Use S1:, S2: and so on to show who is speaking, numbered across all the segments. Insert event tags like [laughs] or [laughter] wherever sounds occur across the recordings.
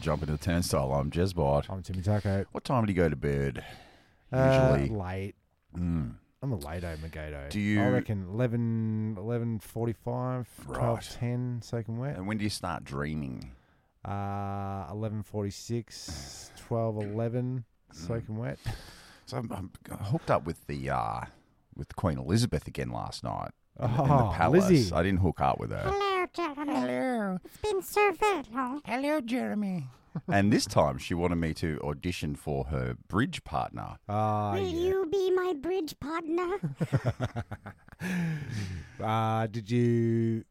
S1: jumping the turnstile. I'm Jez Bard.
S2: I'm Timmy Taco.
S1: What time do you go to bed?
S2: Uh,
S1: Usually.
S2: late.
S1: Mm.
S2: I'm a late Magato.
S1: Do you-
S2: I reckon 11, 11.45,
S1: Right.
S2: 12.10, soaking wet.
S1: And when do you start dreaming? [sighs]
S2: Uh, 11.46, 12.11,
S1: Mm.
S2: soaking wet.
S1: So I'm, I'm hooked up with the uh, with Queen Elizabeth again last night in, the- in
S2: Oh,
S1: the palace.
S2: Lizzie.
S1: I didn't hook up with her.
S3: Hello, Jeremy.
S1: Hello,
S3: It's been so very long.
S1: hello,
S2: [laughs]
S1: Jeremy. and this time she wanted me to audition for her bridge partner.
S2: Ah,
S3: Will
S2: yeah.
S3: you be my bridge partner? [laughs]
S2: Uh, did you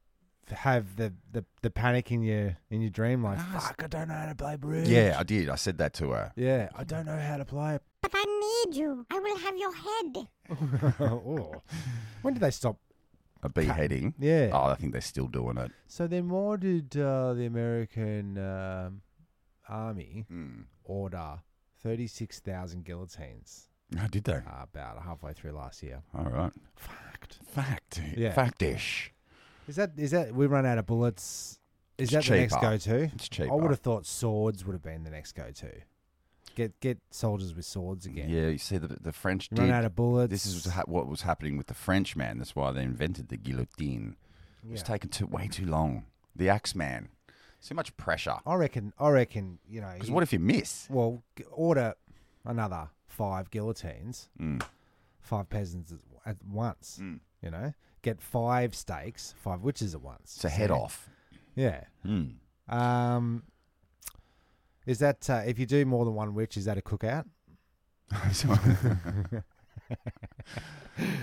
S2: have the, the, the panic in your in your dream? Like, fuck, I don't know how to play bridge.
S1: Yeah, I did. I said that to her.
S2: Yeah, I don't know how to play [laughs] it.
S3: but I need you. I will have your head.
S2: oh. When did they stop?
S1: A beheading.
S2: Yeah.
S1: Oh, I think they're still doing it.
S2: So then, why did uh, the American um, army
S1: Mm.
S2: order 36,000 guillotines
S1: Oh, did they?
S2: uh, about halfway through last year?
S1: All right.
S2: Fact.
S1: Fact.
S2: Yeah.
S1: Factish.
S2: Is that is that we run out of bullets? Is that the next
S1: cheaper.
S2: go to?
S1: It's cheaper.
S2: I would have thought swords would have been the next go to. Get get soldiers with swords
S1: Yeah.
S2: again.
S1: you see, the, the French
S2: Run
S1: did.
S2: out of bullets.
S1: This is ha- what was happening with the French man. That's why they invented the guillotine. It was
S2: Yeah.
S1: taking too, way too long. The axe man. So much pressure.
S2: I reckon. I reckon. You know.
S1: Because
S2: Oh, you-
S1: what if you miss?
S2: well, g- order another five guillotines,
S1: Mm.
S2: five peasants at- at once.
S1: Mm.
S2: You know, get five stakes, five witches at once.
S1: It's a head
S2: So,
S1: off.
S2: Yeah.
S1: Mm.
S2: Um, is that uh, if you do more than one witch, is that a cookout?
S1: So- [laughs]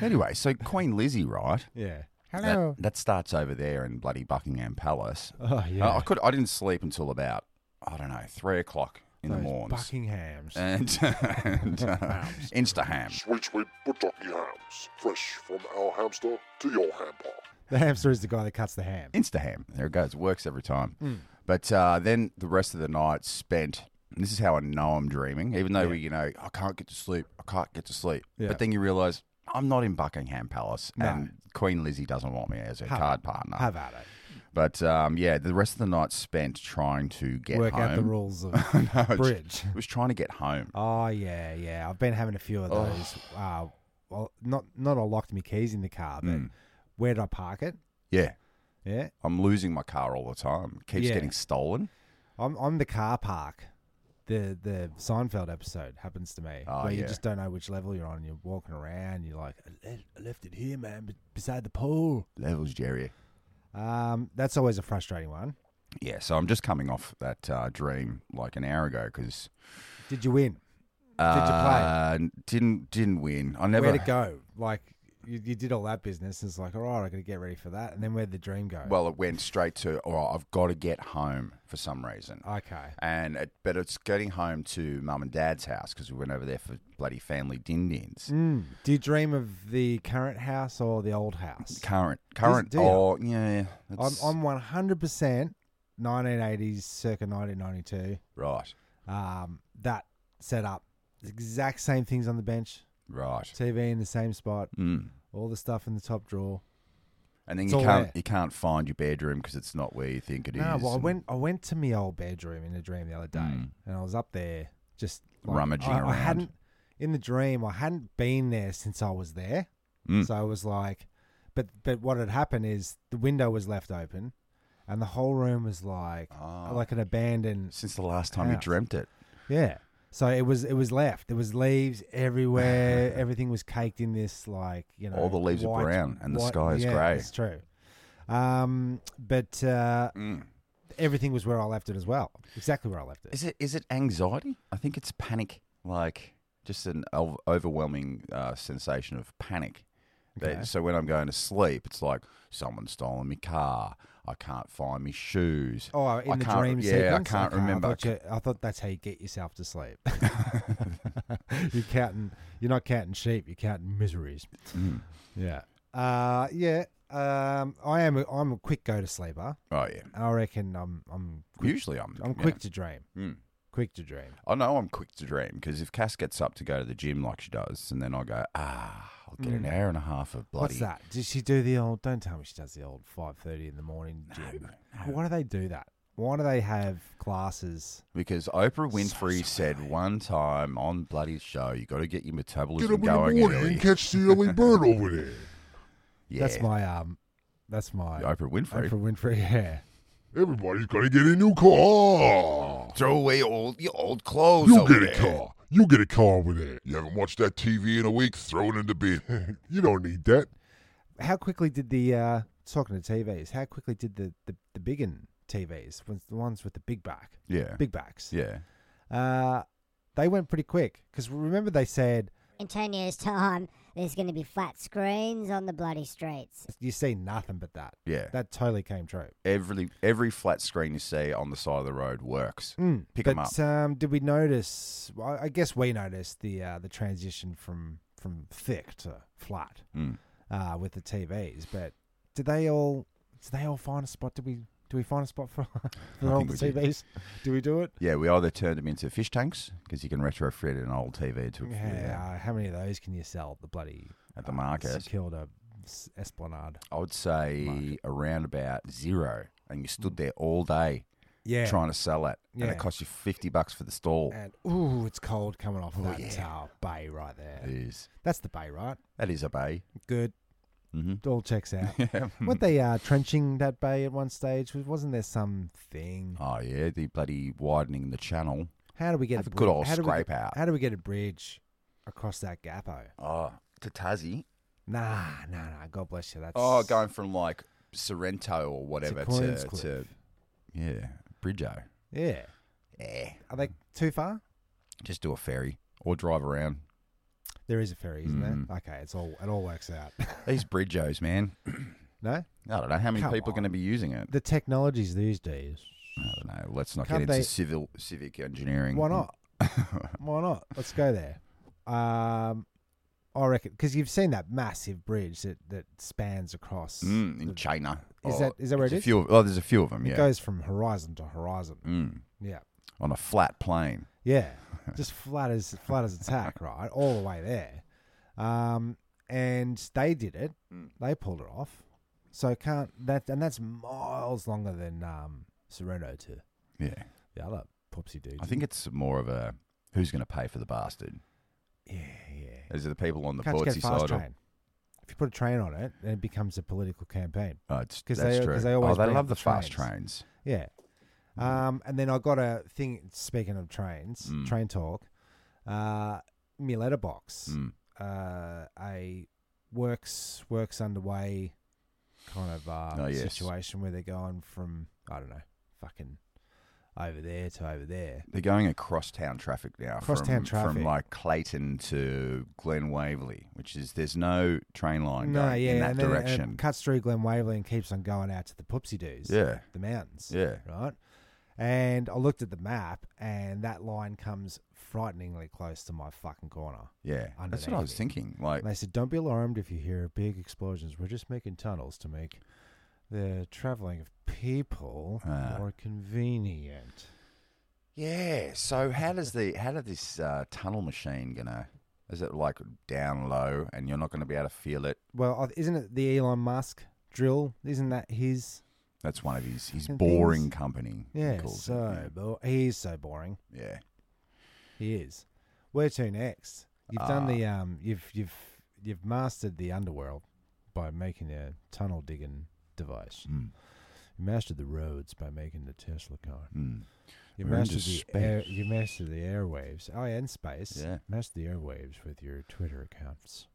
S1: anyway, so Queen Lizzie, right?
S2: Yeah.
S1: That- That, starts over there in bloody Buckingham Palace. Uh,
S2: oh yeah.
S1: I, I could. I didn't sleep until about I don't know three o'clock in the Eh.
S2: Those
S1: morning.
S2: Buckinghams.
S1: and, [laughs] and uh, Instaham.
S4: Sweet, sweet Buttaki hams. Fresh from our hamster to your hamper.
S2: the hamster is the guy that cuts the ham.
S1: Instaham. There it goes. It works every time.
S2: Hmm.
S1: But uh, then the rest of the night spent. And this is how I know I'm dreaming, even though we, you know, I can't get to sleep. I can't get to sleep.
S2: Yeah.
S1: But then you realise I'm not in Buckingham Palace,
S2: No.
S1: and Queen Lizzie doesn't want me as her
S2: Have-
S1: card partner.
S2: Have at it.
S1: But um, yeah, the rest of the night spent trying to get
S2: Work out
S1: [laughs]
S2: the
S1: home.
S2: rules of
S1: No, it's-
S2: bridge.
S1: was trying to get home.
S2: Oh yeah, yeah. I've been having a few of
S1: Oh.
S2: those. Uh, well, not not I locked my keys in the car, but
S1: Mm.
S2: where did I park it?
S1: Yeah,
S2: Yeah,
S1: I'm losing my car all the time. It keeps
S2: Yeah.
S1: getting stolen.
S2: I'm I'm the car park. The the Seinfeld episode happens to me
S1: Oh,
S2: where you
S1: yeah.
S2: just don't know which level you're on. and You're walking around. You're like, I left, I left it here, man, b- beside the pool.
S1: Levels, Jerry.
S2: Um, that's always a frustrating one.
S1: Yeah, so I'm just coming off that uh, dream like an hour ago because
S2: Did you win?
S1: uh, didn't didn't win. I never.
S2: Where'd it go? Like you, you did all that business. It's like, all right, I got to get ready for that. And then where'd the dream go?
S1: Well, it went straight to. Oh, I've got to get home for some reason.
S2: okay.
S1: and it, but it's getting home to mum and dad's house because we went over there for bloody family din dins.
S2: Mm. Do you dream of the current house or the old house?
S1: Current, current.
S2: do you?
S1: oh, yeah.
S2: I'm,
S1: that's-
S2: I'm 100% 1980s, circa 1992.
S1: right,
S2: Um, that setup, the exact same things on the bench,
S1: right.
S2: TV in the same spot,
S1: Mm.
S2: all the stuff in the top drawer.
S1: And then
S2: It's
S1: you
S2: all
S1: can't
S2: there.
S1: you can't find your bedroom because it's not where you think it is.
S2: no, well, I
S1: and
S2: went I went to my old bedroom in a dream the other day,
S1: Mm.
S2: and I was up there just
S1: Rummaging
S2: I, I
S1: around.
S2: hadn't in the dream. I hadn't been there since I was there,
S1: Mm.
S2: so I was like, but but what had happened is the window was left open, and the whole room was like
S1: Ah.
S2: like an abandoned
S1: since the last time you
S2: house.
S1: dreamt it.
S2: yeah. So it was it was left. There was leaves
S1: [laughs]
S2: everywhere. Everything was caked in this like you know
S1: All the leaves are
S2: white-
S1: brown and the
S2: white-
S1: sky is
S2: yeah,
S1: grey.
S2: It's true. Um, but uh,
S1: Mm.
S2: everything was where I left it as well. Exactly where I left it.
S1: Is it is it anxiety? I think it's panic, like just an o- overwhelming uh, sensation of panic. That-
S2: Okay.
S1: so when I'm going to sleep, it's like someone's stolen my car. I can't find my shoes.
S2: Oh, in
S1: I
S2: the
S1: can't-
S2: dream
S1: yeah, I
S2: sequence.
S1: can't
S2: Okay,
S1: remember.
S2: I thought, you- I thought that's how you get yourself to
S1: [laughs]
S2: sleep. [laughs] you're counting. You're not counting sheep. You're counting miseries.
S1: Mm.
S2: Yeah. Uh, yeah. Um, I am. A, I'm a quick go to sleeper.
S1: Oh yeah.
S2: I reckon I'm. I'm. Quick,
S1: Usually I'm
S2: I'm
S1: yeah.
S2: quick to dream.
S1: Mm.
S2: Quick to dream.
S1: I know I'm quick to dream because if Cass gets up to go to the gym like she does, and then I go, ah, I'll get an hour and a half of bloody.
S2: Mm. What's that? Does she do the old? Don't tell me she does the old five thirty in the morning. Gym. Why do they do that? Why do they have classes?
S1: Because Oprah Winfrey said one time on bloody show, you got to get your
S4: Get
S1: metabolism
S4: up in the
S1: going.
S4: morning
S1: early."
S4: and catch the
S1: [laughs]
S4: early bird over there.
S1: yeah,
S2: That's my um. That's my
S1: Oprah Winfrey.
S2: Oprah Winfrey. [laughs] Yeah.
S4: Everybody's gonna get a new car.
S1: Throw away all your old clothes.
S4: You
S1: over
S4: get a
S1: there.
S4: car. You get a car over there. You haven't watched that TV in a week? Throw it in the bin. [laughs] you don't need that.
S2: How quickly did the uh talking to TVs? How quickly did the the the biggin TVs, was the ones with the big back,
S1: Yeah,
S2: big backs?
S1: yeah.
S2: Uh, they went pretty quick because remember they said
S5: In 10 years' time, there's going to be flat screens on the bloody streets.
S2: you see nothing but that.
S1: Yeah.
S2: That totally came true.
S1: Every every flat screen you see on the side of the road works.
S2: Mm,
S1: Pick
S2: but,
S1: 'em up.
S2: Um, did we notice? Well, I guess we noticed the uh, the transition from from thick to flat
S1: Mm.
S2: uh, with the TVs. But did they all? Did they all find a spot? Did we? Do we find a spot for, [laughs] for all
S1: think
S2: the
S1: we did.
S2: TVs? Do we do it?
S1: Yeah, we either turned them into fish tanks because you can retrofit an old TV to
S2: Yeah. uh, How many of those can you sell at the bloody
S1: at the
S2: uh,
S1: market.
S2: St Kilda S- Esplanade?
S1: I would say
S2: Market.
S1: around about zero, and you stood there all day
S2: Yeah.
S1: trying to sell it, and
S2: Yeah.
S1: it cost you fifty bucks for the stall.
S2: And ooh, it's cold coming off
S1: Oh,
S2: that
S1: yeah.
S2: uh, bay right there.
S1: It is.
S2: That's the bay, right?
S1: That is a bay.
S2: Good.
S1: Mm-hmm.
S2: It all checks out.
S1: [laughs] Yeah.
S2: Weren't they uh, trenching that bay at one stage? Was- Wasn't there some thing?
S1: Oh yeah, the bloody widening the channel.
S2: How do we get
S1: Have
S2: a
S1: a
S2: bri-
S1: good old
S2: how do we
S1: scrape
S2: get-
S1: out.
S2: How do we get a bridge across that gapo?
S1: Oh, to Tassie.
S2: Nah, nah, nah. God bless you. That's
S1: Oh, going from like Sorrento or
S2: to
S1: whatever to,
S2: Queenscliff.
S1: to, yeah, Bridgeo.
S2: yeah.
S1: Yeah,
S2: Are they too far?
S1: just do a ferry or drive around.
S2: There is a ferry, isn't
S1: Mm.
S2: there? Okay, it's all it all works out. [laughs]
S1: These Bridgeos, man.
S2: no,
S1: I don't know how many
S2: Come
S1: people are
S2: on.
S1: going to be using it.
S2: the technologies these days.
S1: I don't know. Let's not
S2: Can't
S1: get into
S2: they-
S1: civil civic engineering.
S2: Why not? Why not? Let's go there. Um, I reckon because you've seen that massive bridge that, that spans
S1: [laughs]
S2: across.
S1: Mm,
S2: the-
S1: in China.
S2: Is
S1: Oh,
S2: that is that where
S1: there's
S2: it
S1: a
S2: is?
S1: Few of, oh, there's a few of them.
S2: It
S1: yeah.
S2: goes from horizon to horizon.
S1: Mm,
S2: Yeah.
S1: on a flat plane. [laughs]
S2: Yeah. Just flat as flat as a tack, right? All the way there. Um, and they did it.
S1: Mm.
S2: They pulled it off. So can't that and that's miles longer than um Sereno to
S1: Yeah.
S2: the other popsy dude.
S1: I think it's more of a who's going to pay for the bastard.
S2: Yeah, yeah.
S1: Is it the people on the
S2: Can't you get a
S1: Portsea
S2: fast
S1: side?
S2: train?
S1: Or,
S2: If you put a train on it, then it becomes a political campaign.
S1: oh, it's,
S2: 'Cause
S1: that's
S2: they-
S1: true.
S2: 'cause they always
S1: oh, they
S2: bring
S1: love
S2: the
S1: the fast
S2: trains.
S1: trains.
S2: Yeah. Um, and then I got a thing. Speaking of trains,
S1: Mm.
S2: train talk. Uh, my letterbox.
S1: Mm.
S2: uh, a works works underway kind of uh,
S1: Oh, yes.
S2: situation where they're going from I don't know fucking over there to over there.
S1: They're going across town traffic now. from,
S2: Crosstown
S1: from
S2: traffic.
S1: like Clayton to Glen Waverley, which is there's no train line
S2: no,
S1: going
S2: yeah,
S1: in that
S2: and then uh,
S1: direction.
S2: it cuts through Glen Waverley and keeps on going out to the Poopsie Doos,
S1: yeah,
S2: the mountains,
S1: yeah.
S2: right. And I looked at the map, and that line comes frighteningly close to my fucking corner.
S1: Yeah, that's what I
S2: Underneath
S1: was
S2: it.
S1: thinking. Like,
S2: And they said, "Don't be alarmed if you hear big explosions. We're just making tunnels to make the traveling of people
S1: Ah.
S2: more convenient."
S1: yeah. So how does the how does this uh, tunnel machine gonna? Is it like down low, and you're not going to be able to feel it?
S2: Well, uh, isn't it the Elon Musk drill? Isn't that his?
S1: That's one of his his
S2: Fucking
S1: boring
S2: things.
S1: company. he
S2: Yeah,
S1: calls it.
S2: so bo- he is so boring.
S1: yeah. yeah.
S2: He is. Where to next? You've done
S1: Ah.
S2: the um. You've you've you've mastered the underworld by making a tunnel digging device.
S1: Mm.
S2: You mastered the roads by making the Tesla car.
S1: Mm.
S2: You
S1: We're into
S2: mastered the air,
S1: space.
S2: you mastered the airwaves. Oh, yeah, and space.
S1: Yeah.
S2: mastered the airwaves with your Twitter accounts.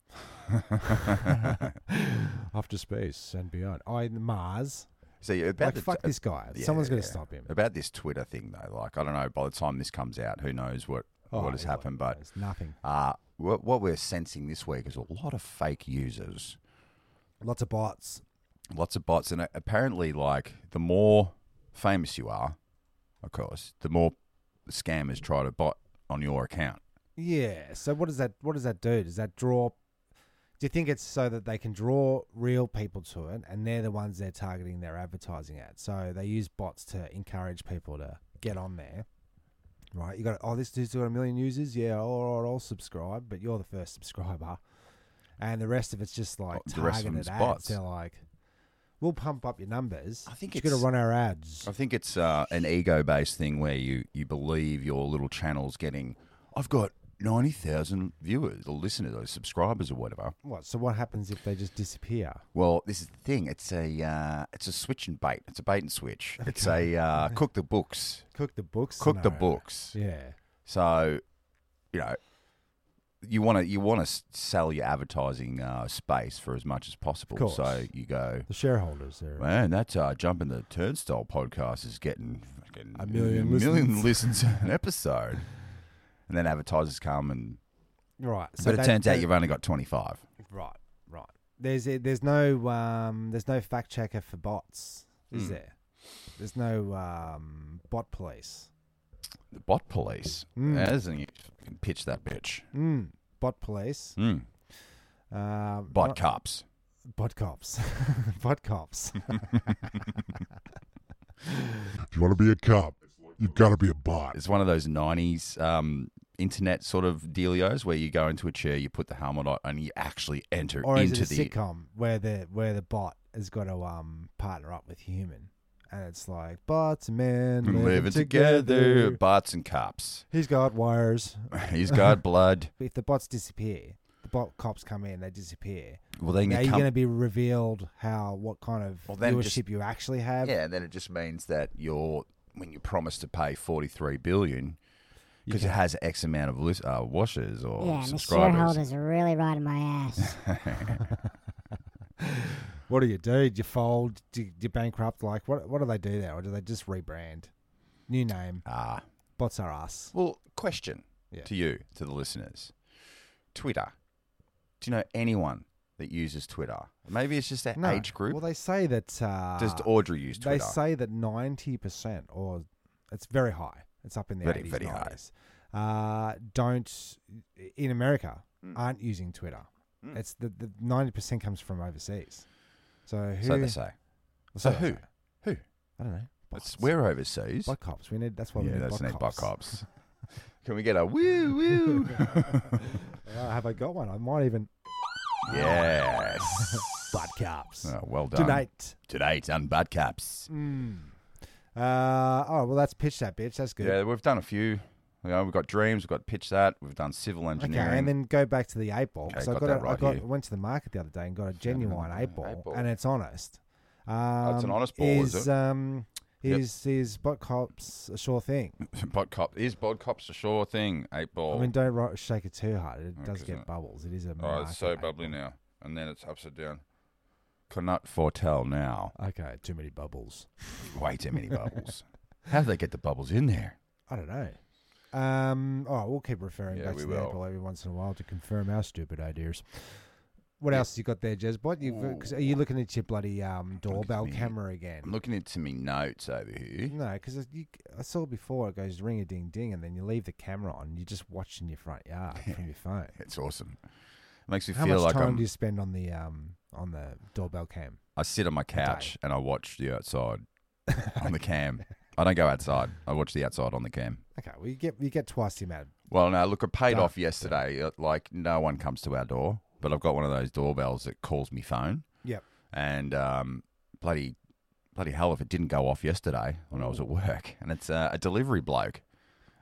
S2: Off to space and beyond. Oh, and Mars.
S1: [laughs] See about
S2: Like,
S1: the,
S2: fuck this guy.
S1: Yeah,
S2: Someone's going
S1: yeah.
S2: to stop him.
S1: about this Twitter thing though. Like I don't know. By the time this comes out, who knows what
S2: Oh,
S1: what has
S2: everyone
S1: happened? But
S2: knows nothing.
S1: uh, what what we're sensing this week is a lot of fake users,
S2: Lots of bots.
S1: lots of bots, and uh, apparently, like the more famous you are, of course, the more scammers try to bot on your account.
S2: Yeah. So what does that? What does that do? Does that draw? Do you think it's so that they can draw real people to it, and they're the ones they're targeting their advertising at? So they use bots to encourage people to get on there. Right, you got oh this dude's got a million users, yeah. All right, I'll subscribe, but you're the first subscriber, and the rest of it's just like
S1: Oh, the rest of
S2: targeted
S1: them's
S2: ads.
S1: bots.
S2: They're like, We'll pump up your numbers.
S1: I think
S2: you got to
S1: it's-
S2: run our ads.
S1: I think it's uh, an ego-based thing where you you believe your little channel's getting. I've got ninety thousand viewers or listeners or subscribers or whatever.
S2: What? So what happens if they just disappear?
S1: Well, this is the thing. It's a uh, it's a switch and bait. It's a bait and
S2: [laughs]
S1: switch. It's a uh, cook the books.
S2: Cook the books.
S1: Cook the
S2: scenario.
S1: books.
S2: Yeah.
S1: So, you know, you want to you want to sell your advertising uh, space for as much as possible.
S2: course.
S1: so you go,
S2: The shareholders are
S1: man, that uh, jumping the turnstile podcast is getting fucking
S2: A million [laughs]
S1: million listens an episode, and then advertisers come and
S2: right. So
S1: but it
S2: they-
S1: turns out
S2: they-
S1: you've only got twenty five.
S2: Right, right. There's there's no um, there's no fact checker for bots, is
S1: Hmm.
S2: there? There's no um, bot police.
S1: The bot police.
S2: Mm.
S1: Yeah, isn't you fucking pitch that bitch?
S2: Mm, bot police.
S1: Mm.
S2: Um,
S1: Bot
S2: not-
S1: cops.
S2: bot cops. [laughs]
S1: [laughs]
S2: bot cops.
S4: If you want to be a cop, you've got to be a bot.
S1: It's one of those '90s um, internet sort of dealios where you go into a chair, you put the helmet on, and you actually enter
S2: or is
S1: into
S2: it a
S1: the.
S2: sitcom where the where the bot has got to um, partner up with human, and it's like bots and men living,
S1: Living Mm, together, bots and cops.
S2: He's got wires.
S1: [laughs] He's got blood.
S2: If the bots disappear, the bot cops come in, they disappear.
S1: Well, then
S2: Now
S1: you
S2: you're
S1: come.
S2: going to be revealed how what kind of
S1: Well, then
S2: viewership
S1: just-
S2: you actually have.
S1: yeah, and then it just means that you're when you promise to pay forty-three billion
S2: You
S1: because it
S2: can-
S1: has X amount of lis- uh, washers or
S5: yeah, and the
S1: subscribers.
S5: shareholders are really riding my ass.
S1: [laughs]
S2: What do you do? Do you fold? Do you, do you bankrupt? Like what? What do they do there? Or do they just rebrand? New name.
S1: Ah,
S2: Bots are us.
S1: well, question
S2: Yeah.
S1: to you, to the listeners: Twitter. Do you know anyone that uses Twitter? Maybe it's just that
S2: No.
S1: age group.
S2: Well, they say that. Uh,
S1: Does Audrey use Twitter?
S2: They say that ninety percent, or it's very high. It's up in the
S1: Very,
S2: 80s,
S1: very high.
S2: 90s. Uh, don't in America
S1: Hmm.
S2: aren't using Twitter. It's the the ninety percent comes from overseas. So who?
S1: so they say. So
S2: so
S1: who?
S2: they say.
S1: Who?
S2: I don't know.
S1: It's,
S2: Bots.
S1: we're overseas.
S2: Bot cops. We need. That's why we
S1: yeah,
S2: need
S1: that's
S2: bot
S1: an eight buck
S2: cops. [laughs]
S1: cops. Can we get a woo woo?
S2: Uh, have I got one? I might even. [laughs]
S1: yes.
S2: Bot cops.
S1: Oh, well done.
S2: Tonight.
S1: Tonight on Bad Caps.
S2: Mm. Uh, oh, well, that's pitch that bitch. That's good.
S1: Yeah, we've done a few. You know, we've got dreams, we've got pitch that, we've done civil
S2: Okay,
S1: engineering. [laughs]
S2: and then go back to the eight ball.
S1: Okay,
S2: so I
S1: got
S2: got,
S1: that
S2: a,
S1: right
S2: I got,
S1: here.
S2: went to the market the other day and got a genuine eight ball,
S1: eight ball. Oh,
S2: and it's honest. Um,
S1: it's an honest ball, is it?
S2: Um,
S1: Yep.
S2: is is bot cops a sure thing?
S1: Bod cop is bod cops a sure thing. Eight ball.
S2: I mean, don't ro- shake it too hard; it does
S1: Okay,
S2: get
S1: so-
S2: bubbles. It is a
S1: oh, it's so
S2: market eight
S1: bubbly now, and then it's upside down. Cannot foretell now.
S2: ball. Okay, too many bubbles.
S1: Way too many bubbles. [laughs] How do they get the bubbles in there?
S2: I don't know. Um, oh, we'll keep referring
S1: Yeah,
S2: back
S1: we
S2: to the
S1: will.
S2: Apple every once in a while to confirm our stupid ideas. What else you got there, Jezbot? You've, uh, 'cause are you looking at your bloody um, doorbell
S1: me.
S2: camera again?
S1: I'm looking into me notes over here.
S2: No, because I saw before it goes ring a ding ding, and then you leave the camera on. You're just watching your front
S1: [laughs]
S2: yard from your phone.
S1: It's awesome. It makes me
S2: How
S1: feel
S2: much
S1: like
S2: time
S1: I'm,
S2: do you spend on the um on the doorbell cam?
S1: I sit on my couch and I watch the outside on [laughs] the cam. I don't go outside. I watch the outside on the cam.
S2: [laughs] Okay, well you get you get twice the amount.
S1: Well, no, look, I paid
S2: Done.
S1: off yesterday. uh, Like, no one comes to our door, but I've got one of those doorbells that calls me phone.
S2: Yep.
S1: And um, bloody, bloody hell, if it didn't go off yesterday when I was at work, and it's uh, a delivery bloke,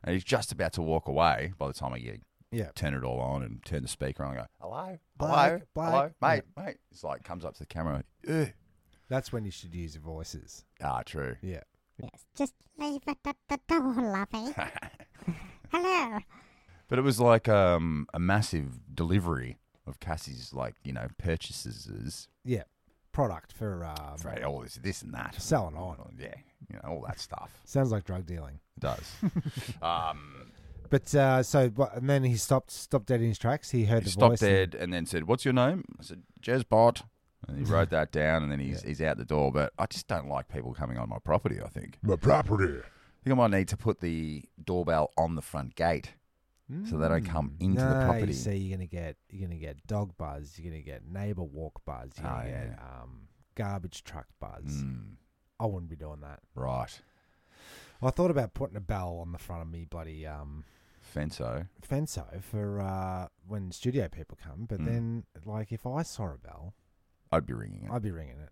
S1: and he's just about to walk away by the time I get
S2: Yeah.
S1: turn it all on and turn the speaker on. I go, hello, hello,
S2: Bloke, bloke."
S1: hello, mate, mate. It's like comes up to the camera. Ugh.
S2: That's when you should use the voices.
S1: Ah, true. [laughs]
S2: Yeah.
S3: Yes, just leave it at the door, lovey. Hello.
S1: But it was like um, a massive delivery of Cassie's, like you know, purchases
S2: Yeah. Product for um,
S1: for all oh, this, this and that, Oh,
S2: Selling on.
S1: yeah, you know, all that stuff.
S2: sounds like drug dealing.
S1: It does.
S2: [laughs]
S1: um,
S2: But uh, so but- and then he stopped stopped dead in his tracks. He heard
S1: he
S2: the
S1: stopped
S2: voice. and-
S1: dead and then said, "What's your name?" I said, "Jezbot,"
S2: [laughs]
S1: and he wrote that down, and then he's he's out the door. But I just don't like people coming on my property. I think
S4: My property.
S1: I think I might need to put the doorbell on the front gate so they don't come into
S2: Mm. no,
S1: the property.
S2: You see, you're gonna get you're gonna get dog buzz. You're gonna get neighbor walk buzz. You're gonna
S1: Oh,
S2: get um, garbage truck buzz.
S1: Mm,
S2: I wouldn't be doing that.
S1: right,
S2: I thought about putting a bell on the front of me bloody um,
S1: Fenso.
S2: fenso for uh, when studio people come, but
S1: Mm.
S2: then like if I saw a bell,
S1: I'd be ringing it.
S2: I'd be ringing it.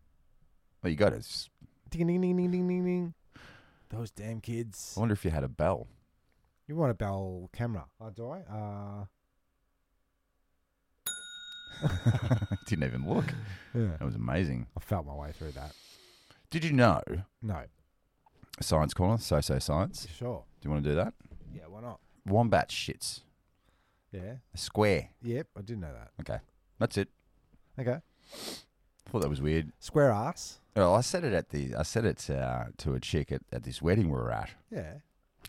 S1: Well, you got it. It's just-
S2: Ding, ding, ding, ding, ding, ding, ding. Those damn kids.
S1: I wonder if you had a
S2: [laughs]
S1: bell. [laughs]
S2: You want a bell camera? Oh, do I? Uh,
S1: Didn't even look.
S2: yeah.
S1: That was amazing.
S2: I felt my way through that.
S1: Did you know
S2: No,
S1: Science Corner? So so science.
S2: sure.
S1: Do you want to do that?
S2: Yeah, why not?
S1: Wombat shits
S2: Yeah.
S1: a square.
S2: Yep, I did know that.
S1: Okay, that's it.
S2: Okay.
S1: Thought that was weird.
S2: Square ass.
S1: Well, I said it at the. I said it uh, to a chick at, at this wedding we were at.
S2: Yeah.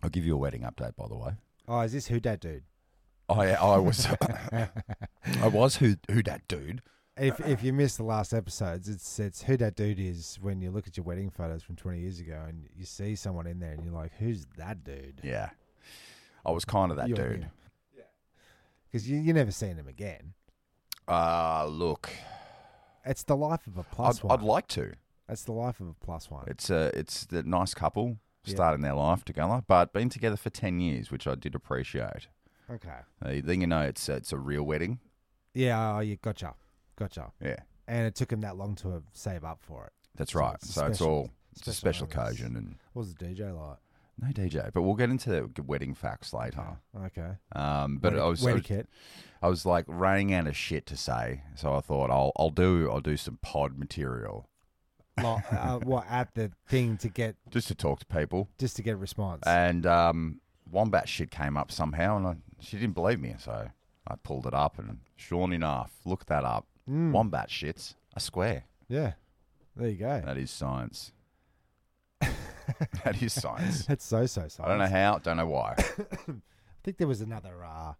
S1: I'll give you a wedding update, by the way.
S2: Oh, is this who dat dude?
S1: I Oh, I [laughs] was I was who who that dude.
S2: If
S1: Uh,
S2: if you missed the last episodes, it's it's who that dude is when you look at your wedding photos from twenty years ago and you see someone in there and you're like, who's that dude?
S1: Yeah, I was kind of that
S2: You're
S1: dude.
S2: him. Because you you never seen him again.
S1: Uh look,
S2: It's the life of a
S1: I'd,
S2: plus one.
S1: I'd like to.
S2: That's the life of a plus one.
S1: It's a it's the nice couple
S2: Yeah.
S1: starting their life together, but been together for ten years, which I did appreciate.
S2: okay.
S1: Uh, then you know it's it's a real wedding.
S2: Yeah, oh, you gotcha, gotcha.
S1: Yeah,
S2: And it took him that long to save up for it.
S1: that's
S2: So
S1: right.
S2: it's a
S1: So, it's
S2: special-
S1: all it's a special
S2: moments.
S1: occasion and
S2: What was the DJ like?
S1: no DJ, but we'll get into the wedding facts later.
S2: Okay.
S1: Um, but
S2: Wedi-
S1: I was, I was
S2: Wedikit.
S1: I was like running out of shit to say, so I thought I'll I'll do I'll do some pod material
S2: like, uh, what at the thing to get
S1: just to talk to people.
S2: just to get a response.
S1: And um, wombat shit came up somehow, and I, she didn't believe me, so I pulled it up, and sure enough, look that up.
S2: Mm.
S1: Wombat shits a square.
S2: yeah. There you go.
S1: That is science. that is science.
S2: That's so so science.
S1: I don't know how, don't know why.
S2: I think there was another uh,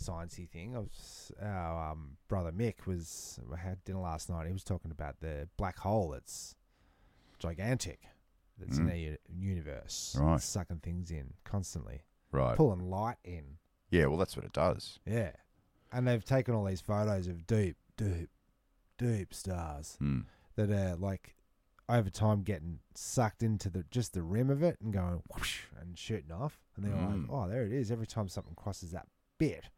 S2: sciencey thing. I was, our um, brother Mick was we had dinner last night. He was talking about the black hole that's gigantic, that's in
S1: Mm.
S2: the u- universe,
S1: Right.
S2: sucking things in constantly,
S1: Right.
S2: pulling light in.
S1: Yeah, well, that's what it does.
S2: Yeah, and they've taken all these photos of deep, deep, deep stars
S1: Hmm.
S2: that are like over time getting sucked into the just the rim of it and going whoosh and shooting off. And they're
S1: Mm.
S2: like, oh, there it is. Every time something crosses that bit,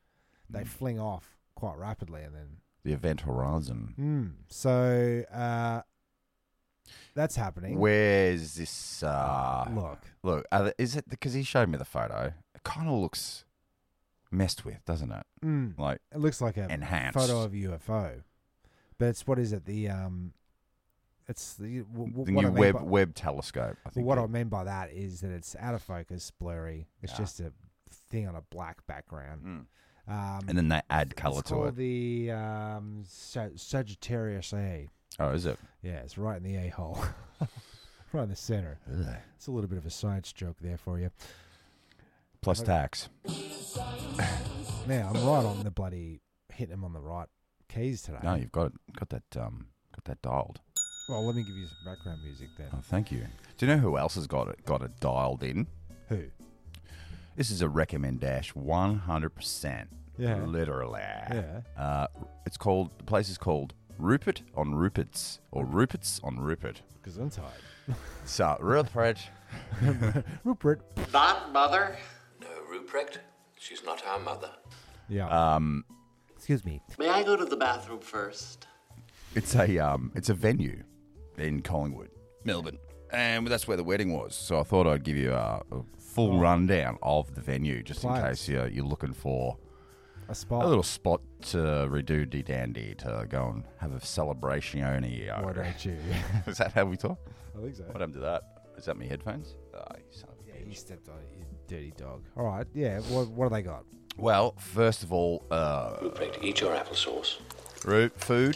S2: they
S1: Mm.
S2: fling off quite rapidly. And then,
S1: The event horizon.
S2: mm. so uh, that's happening.
S1: Where's this? Uh,
S2: Oh, Look,
S1: Look, are the- is it because he showed me the photo? It kind of looks messed with, doesn't it?
S2: mm,
S1: Like
S2: it looks like a
S1: enhanced.
S2: photo of a UFO, but it's what is it? The um, it's the,
S1: the
S2: w- w- what I
S1: new
S2: mean
S1: web
S2: by-
S1: web telescope. I
S2: Well,
S1: think.
S2: what
S1: they-
S2: I mean by that is that it's out of focus, blurry. It's
S1: Yeah.
S2: just a thing on a black background.
S1: Mm.
S2: Um,
S1: and then they add
S2: it's
S1: color to
S2: called
S1: it.
S2: the um, Sa- Sagittarius A.
S1: Oh, is it?
S2: Yeah, it's right in the A hole, [laughs] right in the center.
S1: Ugh.
S2: It's a little bit of a science joke there for you.
S1: Plus tax.
S2: Now I'm right on the bloody hitting them on the right keys today.
S1: No, you've got got that um got that dialed.
S2: Well, let me give you some background music then.
S1: Oh, thank you. Do you know who else has got it got it dialed in?
S2: Who?
S1: This is a recommend dash one hundred percent.
S2: Yeah.
S1: Literally.
S2: Yeah.
S1: Uh, it's called the place is called Rupert on Rupert's or Rupert's on Rupert.
S2: Because I'm tired.
S1: So Rupert.
S2: Rupert.
S6: That mother?
S7: No, Ruprecht, she's not our mother.
S2: Yeah.
S1: Um,
S2: Excuse me.
S6: May I go to the bathroom first?
S1: It's a um, it's a venue in Collingwood, Melbourne, and that's where the wedding was. So I thought I'd give you a, a full rundown of the venue, just in
S2: Players.
S1: case you're, you're looking for
S2: A spot.
S1: a little spot to redo de dandy to go and have a celebration.
S2: Why don't you?
S1: [laughs]
S2: [laughs]
S1: Is that how we talk?
S2: I think so.
S1: What happened to that? Is that my headphones? Oh, you son of a
S2: Yeah,
S1: bitch.
S2: you stepped on it, you dirty dog. All right, yeah. What, what do
S1: [laughs]
S2: they got?
S1: Well, first of all, uh,
S7: Ruprecht, eat your applesauce.
S1: Roop food,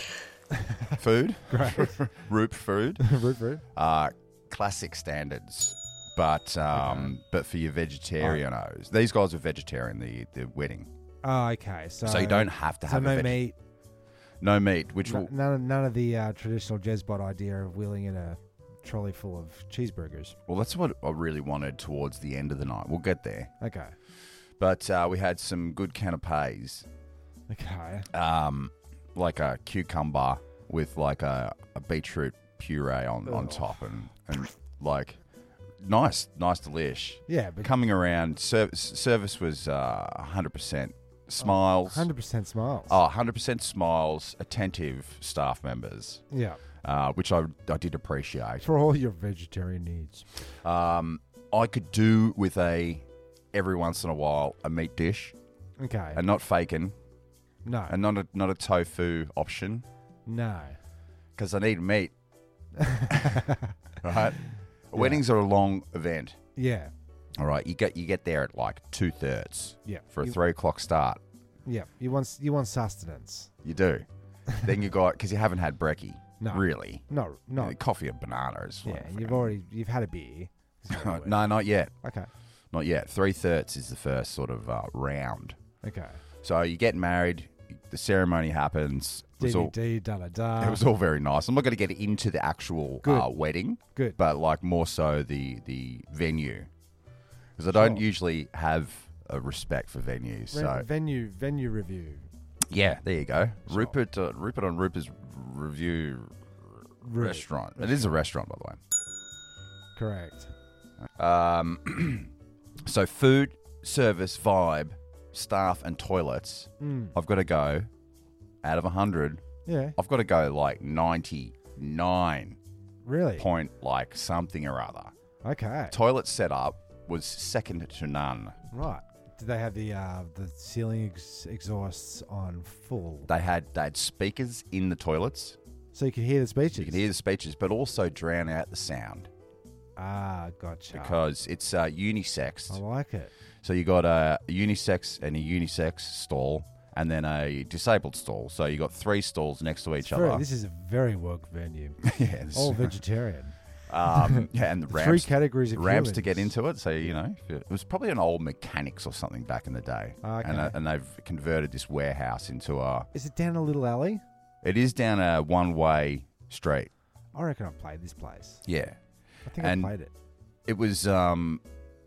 S1: food, [laughs] Roop food.
S2: root root.
S1: uh, classic standards, but um, but for your vegetarianos, these guys are vegetarian. The the wedding,
S2: Oh, okay. So,
S1: so you don't have to
S2: So
S1: have
S2: no
S1: a veg-
S2: meat.
S1: no meat, which
S2: No,
S1: will
S2: none, of- none of the uh, traditional Jezbot idea of wheeling in a trolley full of cheeseburgers.
S1: well, that's what I really wanted towards the end of the night. We'll get there,
S2: Okay.
S1: but uh, we had some good canapes,
S2: Okay.
S1: um, like a cucumber with like a, a beetroot puree on, on
S2: Oh.
S1: top, and and like nice, nice delish.
S2: Yeah, but Oh,
S1: coming around service service was uh, 100% smiles.
S2: Hundred percent smiles.
S1: Oh, 100% smiles, attentive staff members,
S2: Yeah,
S1: uh, which I, I did appreciate.
S2: for all your vegetarian needs.
S1: Um, I could do with a, every once in a while, a meat dish
S2: Okay.
S1: and not faking
S2: no.
S1: and not a, not a tofu option
S2: no.
S1: because I need
S2: [laughs]
S1: meat. right? Weddings are a long event.
S2: Yeah.
S1: All right, you get you get there at like two thirds.
S2: Yeah.
S1: For a
S2: You-
S1: three o'clock start,
S2: Yeah. You want you want sustenance.
S1: you
S2: [laughs]
S1: do. then you got because you haven't had brekkie,
S2: No.
S1: really.
S2: No.
S1: You
S2: No.
S1: know, coffee and bananas.
S2: yeah. You've already you've had a beer.
S1: [laughs] no, not yet,
S2: Okay.
S1: not yet. Three thirds is the first sort of uh, round.
S2: Okay.
S1: So you get married, the ceremony happens. It was, all,
S2: DVD da da da.
S1: it was all very nice. I'm not going to get into the actual
S2: Good.
S1: uh, wedding,
S2: Good.
S1: but like more so the the venue, because I don't
S2: Sure.
S1: usually have a respect for venues.
S2: Ven-
S1: so
S2: venue venue review
S1: Yeah, there you go.
S2: Sure.
S1: Rupert, uh, Rupert on Rupert's Review
S2: Review.
S1: Restaurant. It is a restaurant, by the
S2: Correct.
S1: way. Um, [clears throat] so food, service, vibe, staff, and toilets.
S2: Mm.
S1: I've got to go out of hundred.
S2: Yeah.
S1: I've got to go like ninety nine
S2: Really.
S1: point like something or other.
S2: Okay.
S1: Toilet setup was second to none.
S2: right. Did they have the uh, the ceiling ex- exhausts on full,
S1: They had they had speakers in the toilets.
S2: so you could hear the speeches?
S1: You could hear the speeches, but also drown out the sound
S2: Ah, gotcha.
S1: because it's uh, unisexed.
S2: I like it.
S1: So you got a unisex and a unisex stall, and then a disabled stall. So you got three stalls next to each
S2: It's very-
S1: other.
S2: this is a very woke venue.
S1: [laughs] yes.
S2: All vegetarian.
S1: [laughs]
S2: [laughs]
S1: um, yeah, and the
S2: Three
S1: ramps,
S2: categories of
S1: ramps to get
S2: humans.
S1: into it. So you know, if it it was probably an old mechanics or something back in the day,
S2: Ah, Okay.
S1: and, uh, and they've converted this warehouse into a.
S2: Is it down a little alley?
S1: It is down a one-way street.
S2: I reckon I've played this place.
S1: Yeah,
S2: I think
S1: And-
S2: I played it.
S1: it was. Um,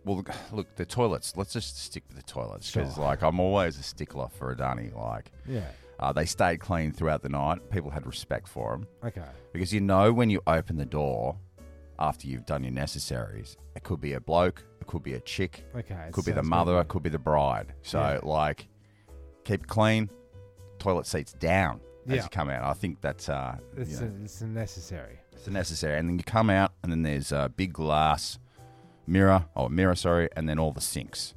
S1: well, look, [sighs] the toilets. Let's just stick with the toilets because,
S2: Sure.
S1: like, I'm always a stickler for a Adani. Like,
S2: Yeah.
S1: Uh, they stayed clean throughout the night. People had respect for them
S2: Okay.
S1: because you know when you open the door after you've done your necessaries, it could be a bloke, it could be a chick,
S2: Okay.
S1: it could be the
S2: sounds
S1: mother,
S2: very
S1: it could be the bride. So
S2: Yeah.
S1: like, keep it clean. Toilet seats down as
S2: Yeah.
S1: you come out. I think that's uh,
S2: good.
S1: you
S2: It's,
S1: know,
S2: it's necessary.
S1: it's necessary. And then you come out, and then there's a big glass mirror, or mirror, sorry, and then all the sinks.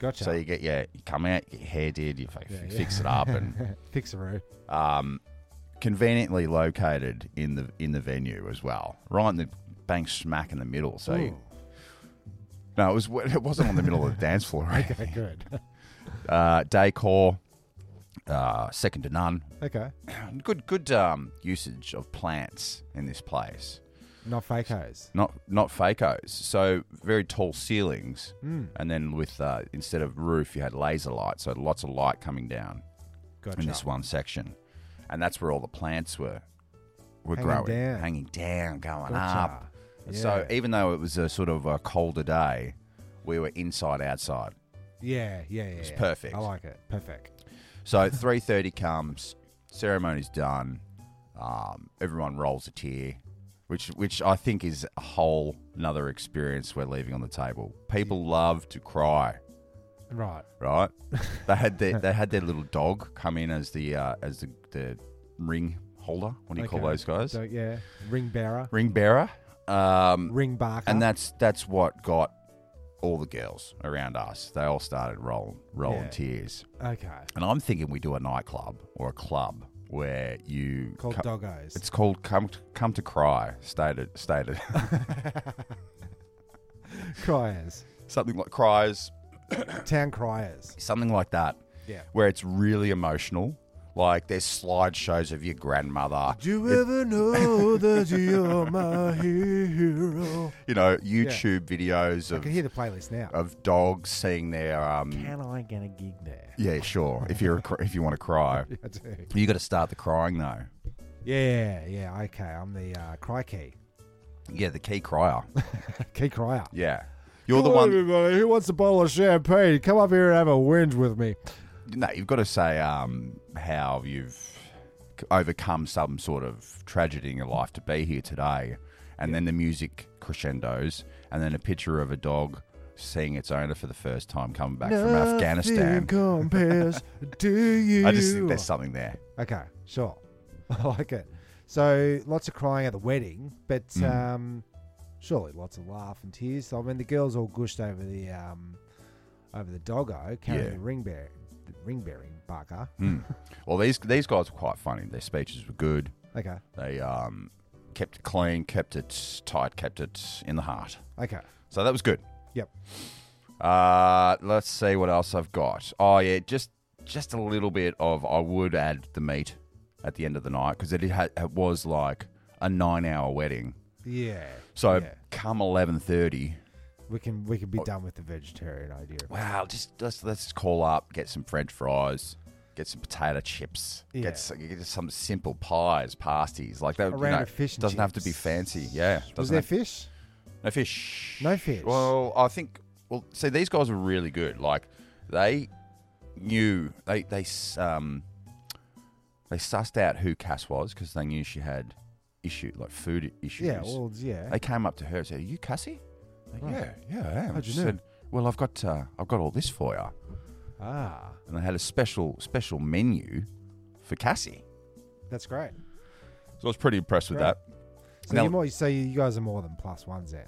S2: Gotcha.
S1: So you get yeah, you come out, you get your hair did, you f-
S2: Yeah, yeah.
S1: fix it up, and
S2: [laughs] Fix a row.
S1: um, conveniently located in the in the venue as well, right in the bang smack in the middle. So you- no, it was [laughs] it wasn't on the middle of the dance floor. Right?
S2: Okay,
S1: [laughs]
S2: good. [laughs]
S1: Uh, decor, uh, second to none.
S2: okay.
S1: Good good um, usage of plants in this place.
S2: Not fake hoes.
S1: Not not fakos. So very tall ceilings,
S2: Mm.
S1: and then with uh, instead of roof, you had laser light. So lots of light coming down
S2: Gotcha.
S1: in this one section, and that's where all the plants were were
S2: Hanging
S1: growing,
S2: down.
S1: hanging down, going up.
S2: Gotcha.
S1: So
S2: Yeah.
S1: even though it was a sort of a colder day, we were inside outside.
S2: Yeah, yeah, yeah.
S1: It's
S2: yeah.
S1: perfect.
S2: I like it. Perfect. [laughs]
S1: So three thirty comes, ceremony's done, um, everyone rolls a tear, which which I think is a whole another experience we're leaving on the table. People love to cry,
S2: Right. [laughs]
S1: right? they had their they had their little dog come in as the uh, as the, the ring holder. What do you call
S2: Okay.
S1: those guys?
S2: So yeah, ring bearer,
S1: Ring bearer. Um,
S2: ring barker,
S1: and that's that's what got all the girls around us. They all started rolling rolling
S2: Yeah.
S1: tears,
S2: okay
S1: and I'm thinking we do a nightclub or a club where you
S2: called
S1: co-
S2: doggos.
S1: It's called come to, come to cry. Stated stated
S2: [laughs]
S1: [laughs]
S2: criers,
S1: something like cries,
S2: town criers.
S1: something like that,
S2: Yeah.
S1: where it's really emotional. Like there's slideshows of your grandmother,
S2: Do you ever
S1: [laughs]
S2: know that you're my hero?
S1: you know, YouTube videos
S2: I
S1: of
S2: can hear the playlist now.
S1: of dogs seeing their um.
S2: Can I get a gig there?
S1: Yeah, sure. If you're a, cr- if you want to cry,
S2: I do.
S1: you got to start the crying though.
S2: Yeah, yeah. Okay, I'm the uh, cry key, [laughs]
S1: Yeah, the key crier.
S2: key crier.
S1: Yeah. You're the
S2: Come on,
S1: one.
S2: Everybody who wants a bottle of champagne, come up here and have a whinge with me.
S1: No, you've got to say um, how you've c- overcome some sort of tragedy in your life to be here today. And then the music crescendos, and then a picture of a dog seeing its owner for the first time coming back from Afghanistan.
S2: compares to you.
S1: [laughs] I just think there's something there.
S2: Okay, sure. [laughs] I like it. So lots of crying at the wedding, but
S1: Mm.
S2: um, surely lots of laugh and tears. I mean, the girls all gushed over the um, over the doggo carrying
S1: Yeah. Mm.
S2: the ring bear, the ring bearing bugger.
S1: Well, these these guys were quite funny. Their speeches were good.
S2: Okay,
S1: They um, kept it clean, kept it tight, kept it in the heart.
S2: okay,
S1: So that was good.
S2: yep.
S1: Uh, let's see what else I've got. Oh yeah, just just a little bit of I would add the meat at the end of the night because it, had- it was like a nine-hour wedding.
S2: Yeah.
S1: So
S2: yeah.
S1: come eleven thirty,
S2: we can we
S1: Oh.
S2: can be done with the vegetarian idea.
S1: wow, just let's let's just call up, get some French fries, get some potato chips,
S2: Yeah.
S1: get, some, get some simple pies, pasties like that.
S2: A
S1: you
S2: round
S1: know,
S2: of fish and
S1: doesn't have to be
S2: chips.
S1: fancy. Yeah,
S2: Was
S1: doesn't
S2: there
S1: have-
S2: fish?
S1: No fish.
S2: No fish.
S1: Well, I think. Well, see, these guys were really good. Like, they knew they they s- um they sussed out who Cass was because they knew she had issue like food issues.
S2: Yeah. Well, yeah.
S1: they came up to her and said, "Are you Cassie?" Like,
S2: Right.
S1: Yeah, yeah, I am.
S2: How'd
S1: She
S2: you know?
S1: said, "Well, I've got uh, I've got all this for you,"
S2: ah,
S1: and they had a special special menu for Cassie.
S2: that's great.
S1: So I was pretty impressed with
S2: Right.
S1: that.
S2: So
S1: Now-
S2: you more so you guys are more than plus ones then.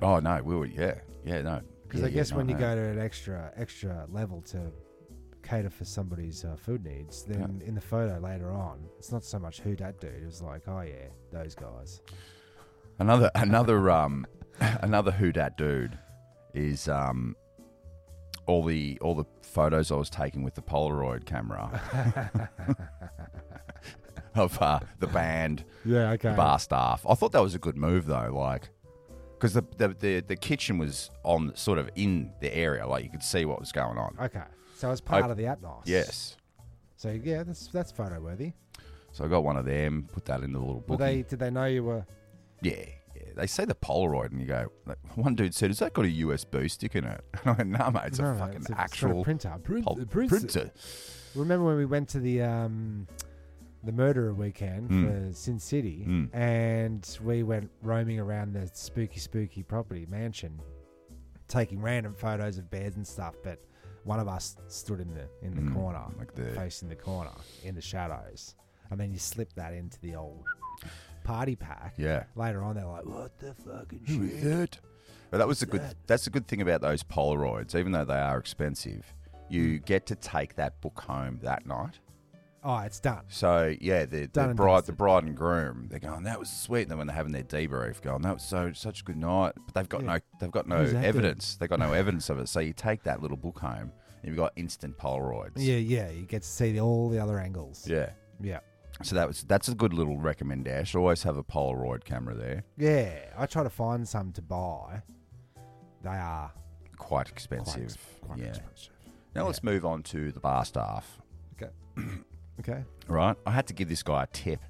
S1: Oh no, we were yeah, yeah no.
S2: Because
S1: Yeah,
S2: I
S1: yeah,
S2: guess
S1: no,
S2: when you
S1: no.
S2: go to an extra extra level to cater for somebody's uh, food needs, then in the photo later on, it's not so much who that dude. It was like, oh yeah, those guys.
S1: Another another um another who dat dude is um all the all the photos I was taking with the Polaroid camera
S2: [laughs]
S1: of uh, the band,
S2: Yeah. Okay.
S1: the bar staff. I thought that was a good move though, like because the, the the the kitchen was on sort of in the area, like you could see what was going on.
S2: Okay. So it's part of the app nice.
S1: Yes,
S2: So yeah, that's that's photo worthy.
S1: so I got one of them, put that in the little
S2: Were
S1: book.
S2: they? Did they know you were?
S1: Yeah, yeah. They say the Polaroid, and you go. Like, one dude said, "Has that got a USB stick in it?" [laughs] And I went, "No, mate, it's
S2: No,
S1: a
S2: no,
S1: fucking
S2: it's a- it's got a
S1: actual
S2: printer. Print-
S1: pol-
S2: prints-
S1: printer."
S2: Remember when we went to the um, the murderer weekend
S1: Mm.
S2: for Sin City,
S1: Mm.
S2: and we went roaming around the spooky, spooky property mansion, taking random photos of beds and stuff. But one of us stood in the in the
S1: Mm,
S2: corner,
S1: like the-
S2: facing the corner in the shadows, and then you slip that into the old party pack.
S1: Yeah.
S2: Later on, they're like, "What the fucking
S1: Who
S2: shit?"
S1: is it? But that was the good. That's the good thing about those Polaroids, even though they are expensive.
S2: Hmm.
S1: You get to take that book home that night.
S2: Oh, it's done.
S1: So yeah, the,
S2: Done
S1: the
S2: and
S1: bride, the
S2: dusted.
S1: bride and groom, they're going, "That was sweet." And then when they're having their debrief, going, "That was so such a good night," but they've got
S2: Yeah.
S1: no, they've got no
S2: Who's that dude?
S1: evidence. They've
S2: [laughs]
S1: got no evidence of it. So you take that little book home, and you've got instant Polaroids.
S2: Yeah, yeah. You get to see the, all the other angles.
S1: yeah.
S2: yeah.
S1: So that was that's a good little recommendation. Always have a Polaroid camera there.
S2: Yeah, I try to find some to buy. They are
S1: Quite
S2: quite,
S1: expensive.
S2: ex- quite
S1: yeah.
S2: expensive.
S1: Now let's move on to the bar staff.
S2: Okay. [coughs] okay.
S1: Right. I had to give this guy a tip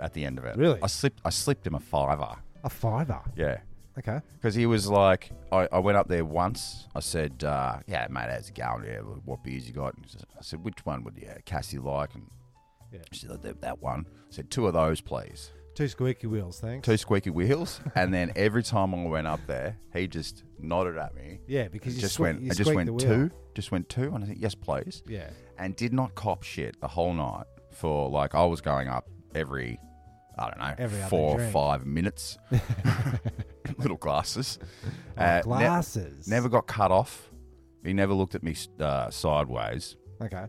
S1: at the end of it.
S2: Really?
S1: I slipped I slipped him a fiver.
S2: A fiver.
S1: Yeah.
S2: Okay.
S1: Because he was like, I, I went up there once. I said, uh, "Yeah, mate, how's it going? Yeah, wh- what beers you got?" And he says- I said, "Which one would yeah, Cassie like?" And
S2: Yeah.
S1: she said, "That- "That one." I said, two of those, please."
S2: Two squeaky wheels, thanks.
S1: Two squeaky wheels, [laughs] and then every time I went up there, he just nodded at me.
S2: Yeah, because you
S1: just
S2: sque-
S1: went,
S2: you
S1: I just
S2: squeak
S1: went
S2: the wheel.
S1: two, just went two, and I said, "Yes, please."
S2: Yeah.
S1: and did not cop shit the whole night for like I was going up every I don't know
S2: Every other
S1: four or
S2: drink.
S1: five
S2: [laughs]
S1: minutes, [laughs] little glasses. Uh, ne-
S2: Glasses.
S1: never got cut off. He never looked at me uh, sideways. [laughs]
S2: Okay.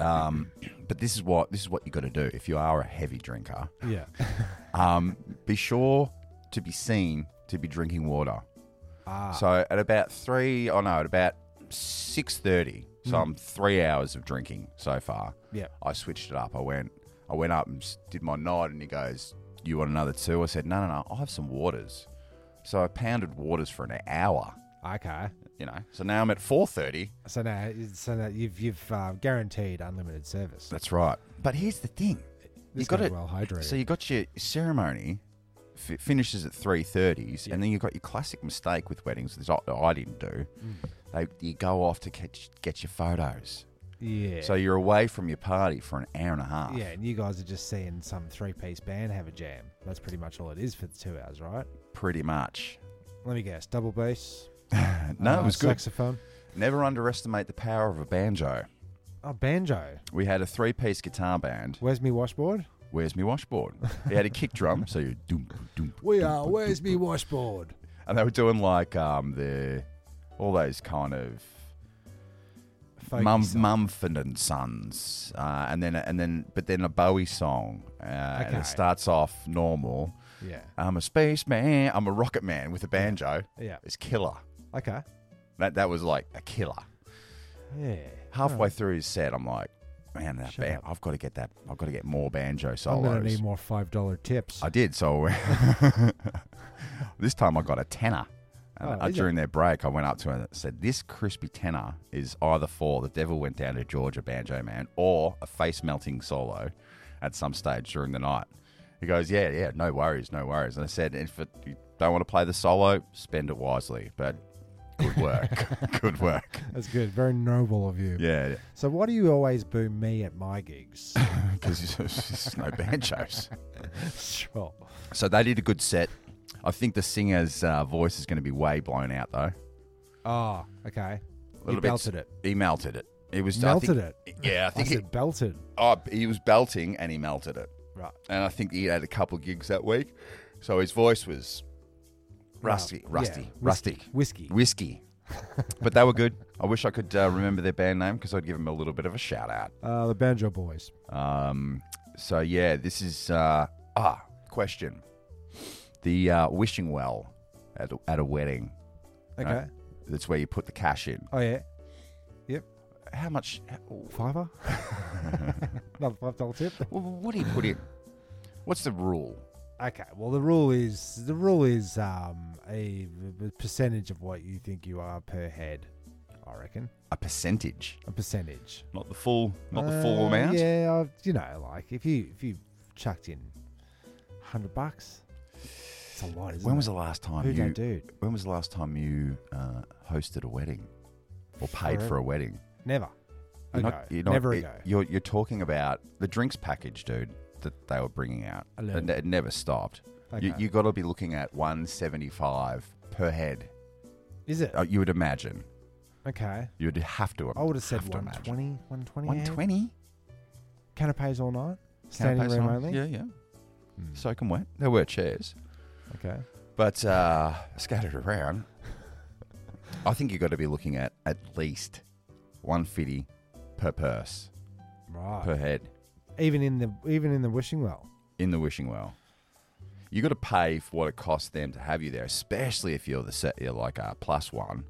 S1: Um, [clears throat] but this is what this is what you got to do if you are a heavy drinker.
S2: Yeah.
S1: Um, be sure to be seen to be drinking water.
S2: Ah.
S1: So at about three, oh no, at about six thirty. So I'm three hours of drinking so far.
S2: Yeah.
S1: I switched it up. I went, I went up and s- did my night, and he goes, "You want another two? I said, "No, no, no. I have some waters." So I pounded waters for an hour.
S2: Okay.
S1: You know. So now I'm at four thirty.
S2: So now, so now you've you've uh, guaranteed unlimited service.
S1: That's right. But here's the thing.
S2: This
S1: got
S2: guy's
S1: it-
S2: well hydrated.
S1: So you got your ceremony f- finishes at three thirties, and then you got your classic mistake with weddings, which I, I didn't do.
S2: Mm.
S1: They, you go off to catch, get your photos.
S2: yeah.
S1: So you're away from your party for an hour and a half.
S2: yeah, and you guys are just seeing some three-piece band have a jam. That's pretty much all it is for the two hours, right?
S1: Pretty much. [laughs]
S2: Let me guess. Double bass,
S1: No,
S2: Uh,
S1: it was good.
S2: Saxophone.
S1: Never underestimate the power of a banjo.
S2: Oh, banjo.
S1: We had a three piece guitar band.
S2: Where's me washboard?
S1: Where's me washboard? It had a kick drum, so you doom doom.
S2: We
S1: doom,
S2: are.
S1: doom,
S2: Where's
S1: doom,
S2: me
S1: doom.
S2: washboard?
S1: And they were doing like um the all those kind of
S2: Folky
S1: Mum,
S2: song.
S1: Mumford and Sons, uh, and then and then but then a Bowie song, uh, and
S2: Okay.
S1: it starts off normal.
S2: Yeah.
S1: I'm a spaceman. I'm a rocket man with a banjo.
S2: Yeah.
S1: It's killer.
S2: Okay.
S1: That that was like a killer.
S2: Yeah.
S1: Halfway through his set, I'm like, man, that
S2: Shut
S1: ban-
S2: up.
S1: I've got to get that. I've got to get more banjo
S2: I'm gonna
S1: solos.
S2: need more five dollar tips.
S1: I did. So [laughs] this time I got a tenner. And
S2: Oh,
S1: uh,
S2: is it?
S1: during their break, I went up to her and said, "This crispy tenor is either for the devil went down to Georgia banjo man or a face melting solo at some stage during the night." He goes, "Yeah, yeah, no worries, no worries." And I said, "If it, you don't want to play the solo, spend it wisely, but good
S2: [laughs]
S1: work, [laughs] good work."
S2: That's good. Very noble of you.
S1: Yeah,
S2: So why do you always boo me at
S1: [laughs]
S2: my gigs?
S1: because there's no banjos.
S2: sure.
S1: So they did a good set. I think the singer's uh, voice is going to be way blown out though.
S2: Oh, okay.
S1: A
S2: You
S1: little bit-
S2: belted it.
S1: He melted it. It was
S2: Melted
S1: I think, it. Yeah, I
S2: I
S1: think
S2: said
S1: he,
S2: belted.
S1: oh, he was belting and he melted it.
S2: Right.
S1: And I think he had a couple gigs that week, so his voice was rusty,
S2: Yeah.
S1: rusty,
S2: Whis-
S1: rusty,
S2: Whiskey.
S1: whiskey. but they were good. I wish I could uh, remember their band name because I'd give them a little bit of a shout out.
S2: Uh, the Banjo Boys.
S1: Um, so yeah, this is uh, ah question. The uh, wishing well at, at a wedding.
S2: Okay.
S1: Uh, that's where you put the cash in.
S2: Oh yeah.
S1: How much?
S2: Fiver. [laughs] Another five dollar tip.
S1: Well, What do you put in? What's the rule?
S2: Okay. Well, the rule is the rule is um, a a percentage of what you think you are per head. I reckon
S1: A percentage,
S2: a percentage.
S1: not the full, not the
S2: Uh,
S1: full amount.
S2: Yeah, I've, you know, like if you if you chucked in hundred bucks, it's a lot. Isn't
S1: When was
S2: it?
S1: the last time
S2: Who
S1: you?
S2: don't do it?
S1: When was the last time you uh, hosted a wedding or paid for
S2: Forever.
S1: a wedding?
S2: never?
S1: You're
S2: ago.
S1: not- you're not- e-
S2: never
S1: it-
S2: ago.
S1: You're you're talking about the drinks package, dude, that they were bringing out.
S2: I know.
S1: And it never stopped. You,
S2: Okay.
S1: you got to be looking at one seventy five per head.
S2: Is it
S1: Uh, you would imagine.
S2: okay?
S1: You would have to.
S2: I would have said eh?
S1: have to imagine.
S2: 120, 120.
S1: One twenty.
S2: Canapes all night, standing Hmm. room only.
S1: Yeah, yeah. Soaking wet. There were chairs.
S2: Okay.
S1: but uh, scattered around. [laughs] I think you've got to be looking at at least one fifty per purse
S2: Right.
S1: per head
S2: Even in the even in the wishing well.
S1: in the wishing well. You got to pay for what it costs them to have you there, especially if you're the set you're like a plus one.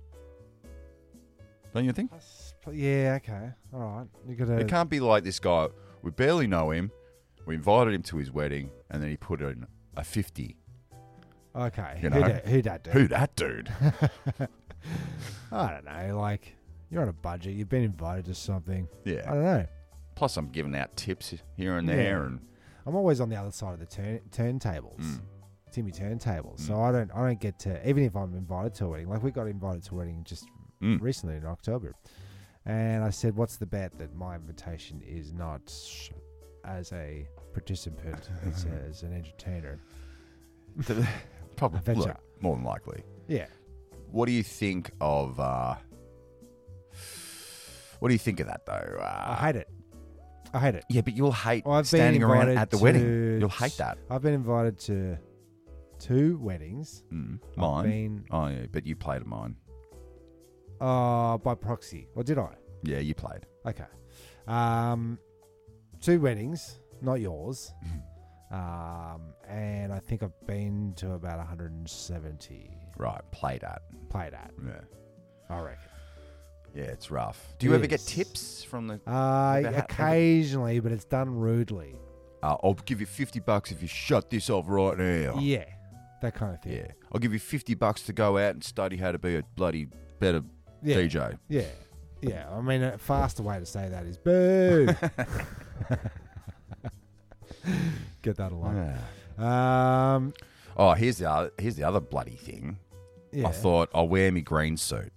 S1: Don't you think?
S2: That's pl- Yeah. Okay. All right. You got to.
S1: It can't be like this guy. We barely know him. We invited him to his wedding, and then he put in a fifty.
S2: Okay.
S1: you
S2: who
S1: know.
S2: that? Who that? do?
S1: Who that dude? [laughs]
S2: I don't know. Like you're on a budget. You've been invited to something. I
S1: yeah.
S2: don't know.
S1: Plus, I'm giving out tips here and there,
S2: Yeah.
S1: and
S2: I'm always on the other side of the turn turntables.
S1: Mm.
S2: Timmy turntables.
S1: Hmm.
S2: So I don't I don't get to even if I'm invited to a wedding. Like we got invited to a wedding just
S1: Mm.
S2: recently in October, and I said, "What's the bet that my invitation is not sh- as a participant, it's as an entertainer?"
S1: Probably [laughs]
S2: Adventure.
S1: look, more than likely.
S2: Yeah.
S1: What do you think of? Uh, what do you think of that though?
S2: I
S1: Uh,
S2: hate it. I hate it.
S1: yeah, but you'll hate
S2: Well, I've been
S1: standing around
S2: invited
S1: at the
S2: to-
S1: wedding. You'll hate that.
S2: I've been invited to two weddings.
S1: Mm.
S2: I've
S1: Mine.
S2: been-
S1: Oh yeah, but you played at mine.
S2: Uh, by proxy. Or did I?
S1: Yeah, you played.
S2: Okay. Um, two weddings, not
S1: [laughs]
S2: yours. um, and I think I've been to about 170
S1: Right, played at.
S2: played at,
S1: Yeah,
S2: I reckon.
S1: yeah, it's rough. Do you ever get
S2: Yes.
S1: tips from the?
S2: Uh,
S1: Never ha-
S2: occasionally, but it's done rudely.
S1: Uh, I'll give you fifty bucks if you shut this off right now.
S2: Yeah, that kind of thing.
S1: Oh. yeah. I'll give you fifty bucks to go out and study how to be a bloody better
S2: Yeah.
S1: DJ.
S2: Yeah. Yeah. I mean, a faster way to say that is boo. [laughs] Get that a lot.
S1: Yeah.
S2: Um,
S1: Oh, here's the other, here's the other bloody thing.
S2: yeah.
S1: I thought I'll wear me green suit.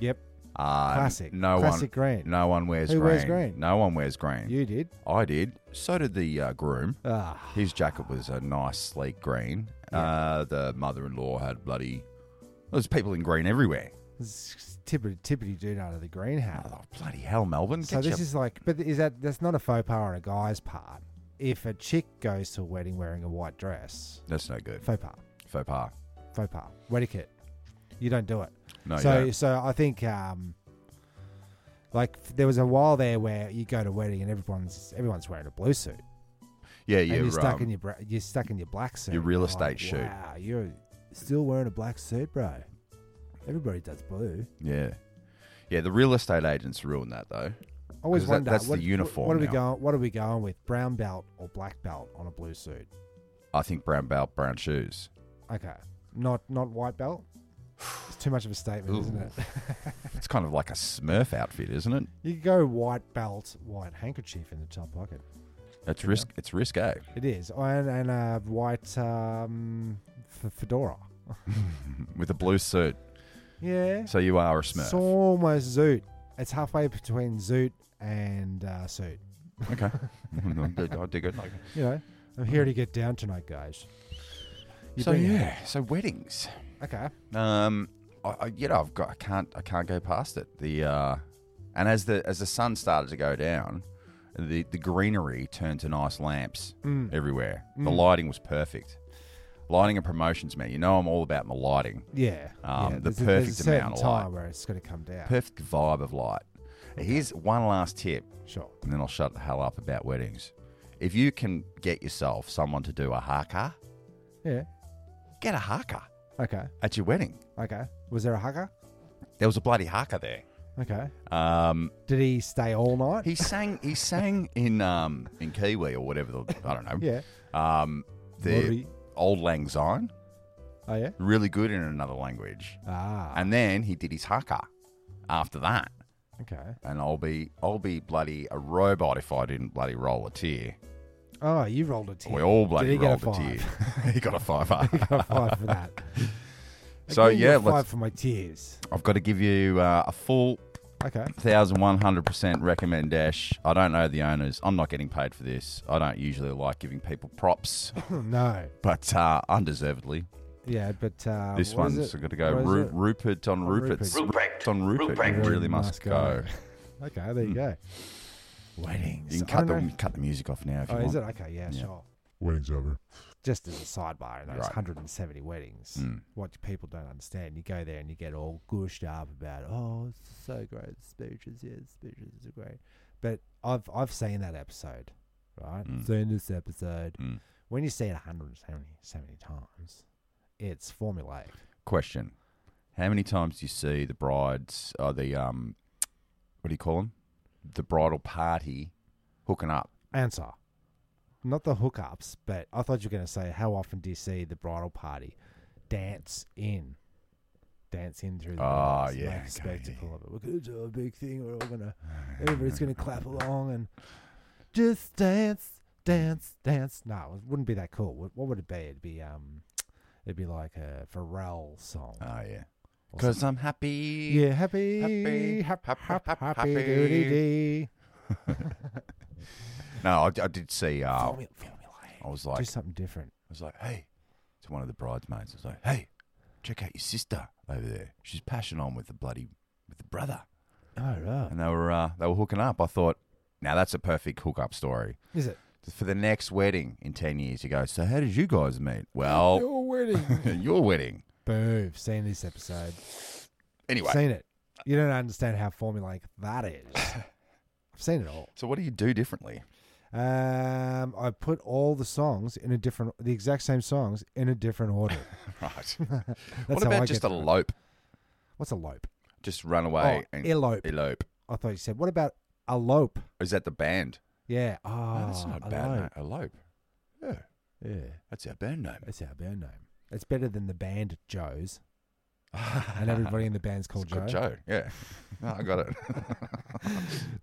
S2: Yep.
S1: Uh,
S2: Classic.
S1: No
S2: Classic
S1: one.
S2: green.
S1: No one wears
S2: Who
S1: green.
S2: wears green?
S1: No one wears green.
S2: You did.
S1: I did. So did the uh, groom.
S2: Ah.
S1: His jacket was a nice sleek green. Uh, the mother-in-law had bloody There's people in green everywhere.
S2: Tippity tippity dude out of the greenhouse.
S1: Oh, bloody hell, Melbourne.
S2: So
S1: Get
S2: this
S1: your-
S2: is like, but is that that's not a faux pas on a guy's part? If a chick goes to a wedding wearing a white dress,
S1: That's no good.
S2: faux pas,
S1: Faux pas.
S2: faux pas, wedicate. You don't do it.
S1: No, you
S2: so
S1: don't.
S2: so I think um, like f- there was a while there where you go to a wedding and everyone's everyone's wearing a blue suit
S1: Yeah,
S2: and
S1: yeah.
S2: you're stuck
S1: um,
S2: in your bra- you're stuck in your black suit,
S1: your real
S2: Like,
S1: estate suit.
S2: Wow, you're still wearing a black suit, bro. Everybody does blue.
S1: Yeah. Yeah, the real estate agents ruined that, though.
S2: I always
S1: 'Cause that-
S2: wonder
S1: that's the
S2: what,
S1: uniform
S2: What are we
S1: now.
S2: going? What are we going with? Brown belt or black belt on a blue suit?
S1: I think brown belt, brown shoes.
S2: Okay, not not white belt. It's too much of a statement, isn't
S1: Ooh.
S2: it? [laughs]
S1: It's kind of like a Smurf outfit, isn't it?
S2: You could go white belt, white handkerchief in the top pocket.
S1: It's risk. It's risque.
S2: It is, and and a white um, f- fedora.
S1: With a blue suit.
S2: Yeah,
S1: So you are a Smurf.
S2: it's almost zoot. It's halfway between zoot and uh, suit.
S1: [laughs] Okay. I dig- I dig it.
S2: You know, I'm here to get down tonight, guys.
S1: Hmm.
S2: You
S1: So
S2: bring it.
S1: yeah. So weddings.
S2: okay.
S1: Um, I, I, you know, I've got, I can't, I can't go past it. The uh, and as the as the sun started to go down, the the greenery turned to nice lamps everywhere. The lighting was perfect. Lighting and promotions, man. You know, I'm all about my lighting.
S2: Yeah,
S1: Um,
S2: yeah.
S1: the
S2: there's a- there's a
S1: perfect
S2: certain
S1: amount of
S2: time
S1: light.
S2: where it's going to come down.
S1: Perfect vibe of light. Here's one last tip,
S2: sure.
S1: and then I'll shut the hell up about weddings. If you can get yourself someone to do a haka,
S2: Yeah.
S1: get a haka
S2: Okay.
S1: at your wedding.
S2: Okay. Was there a hugger?
S1: There was a bloody haka there.
S2: Okay.
S1: Um,
S2: Did he stay all night?
S1: He sang. He sang in um in Kiwi or whatever. The, I don't know.
S2: yeah.
S1: Um, the
S2: Maori.
S1: old lang syne,
S2: Oh yeah.
S1: really good in another language.
S2: Ah.
S1: And then he did his haka after that.
S2: okay.
S1: And I'll be I'll be bloody a robot if I didn't bloody roll a tear.
S2: Oh, you rolled a tear.
S1: We all bloody
S2: Did he
S1: rolled
S2: get a five?
S1: tear. [laughs] he got a
S2: [laughs]
S1: fiver.
S2: got a five for that.
S1: [laughs] So,
S2: I gave you a
S1: yeah,
S2: five
S1: let's-
S2: for my tears.
S1: I've got to give you uh, a full
S2: Okay. [clears throat]
S1: thousand one hundred percent recommend dash. I don't know the owners. I'm not getting paid for this. I don't usually like giving people props, [laughs]
S2: no.
S1: but uh, undeservedely.
S2: Yeah, but uh,
S1: This
S2: what is
S1: one's
S2: it?
S1: got to go.
S2: What is
S1: Ru-
S2: it? Oh,
S1: Rupert on
S2: Rupert.
S1: Rupert's.
S7: Rupert.
S1: on Rupert.
S7: Rupert.
S1: You really must go.
S2: [laughs]
S1: Hmm.
S2: Okay, there you go. Weddings.
S1: You can
S2: I
S1: cut
S2: don't
S1: the,
S2: know-
S1: cut the music off now if you
S2: Oh,
S1: want.
S2: is it okay? Yeah, sure.
S4: Wedding's over.
S2: Just as a sidebar, those
S1: Right.
S2: 170 weddings, what people don't understand, you go there and you get all gushed up about, oh, it's so great, the speeches, yeah, the speeches are great. But I've I've seen that episode, right? Seen this episode.
S1: Mm.
S2: When you see it 170 70 times, it's formulaic.
S1: Question: How many times do you see the brides or the um, what do you call them? The bridal party hooking up.
S2: Answer. Not the hookups, but I thought you were going to say, how often do you see the bridal party dance in? Dance in through the
S1: Ah,
S2: doors,
S1: yeah,
S2: make a
S1: okay,
S2: spectacle of it. We're going to do a big thing. We're all going to, everybody's going to clap along and just dance, dance, dance. No, it wouldn't be that cool. What, what would it be? It'd be, um, it'd be like a Pharrell song.
S1: Oh yeah,
S2: or
S1: because I'm happy.
S2: yeah, happy,
S1: Happy,
S2: happy, hap,
S1: hap-
S2: hap,
S1: hap-
S2: happy,
S1: happy.
S2: doody dee.
S1: No, I, I did see. Uh,
S2: Formu- formulaic.
S1: I was Oh, like,
S2: Do something different.
S1: I was like, hey, to one of the bridesmaids. I was like, hey, check out your sister over there. She's passion on with the bloody with the brother.
S2: Oh, right.
S1: and they were uh, they were hooking up. I thought, now that's a perfect hookup story
S2: Is it?
S1: for the next wedding in ten years. You go, so how did you guys meet?
S2: [laughs]
S1: Well, [laughs]
S2: Your wedding.
S1: your wedding.
S2: Boom. Seen this episode.
S1: Anyway,
S2: Seen it. You don't understand how formulaic that
S1: [laughs]
S2: is. I've seen it all.
S1: so what do you do differently? [laughs]
S2: Um, I put all the songs in a different, the exact same songs in a
S1: [laughs]
S2: different order. [laughs]
S1: Right.
S2: That's
S1: what
S2: how
S1: about
S2: I
S1: just
S2: get through it.
S1: elope?
S2: What's elope?
S1: Just run away
S2: Oh,
S1: and
S2: elope.
S1: elope.
S2: I thought you said. What about elope?
S1: Is that the band?
S2: Yeah. Oh,
S1: Oh, that's not a bad. Name. Elope. Yeah,
S2: name. Yeah,
S1: that's our band name.
S2: that's our band name. It's better than the band Joe's,
S1: [laughs]
S2: and everybody in the band's
S1: It's
S2: called Joe.
S1: Joe. Yeah, [laughs] no, I got it. [laughs]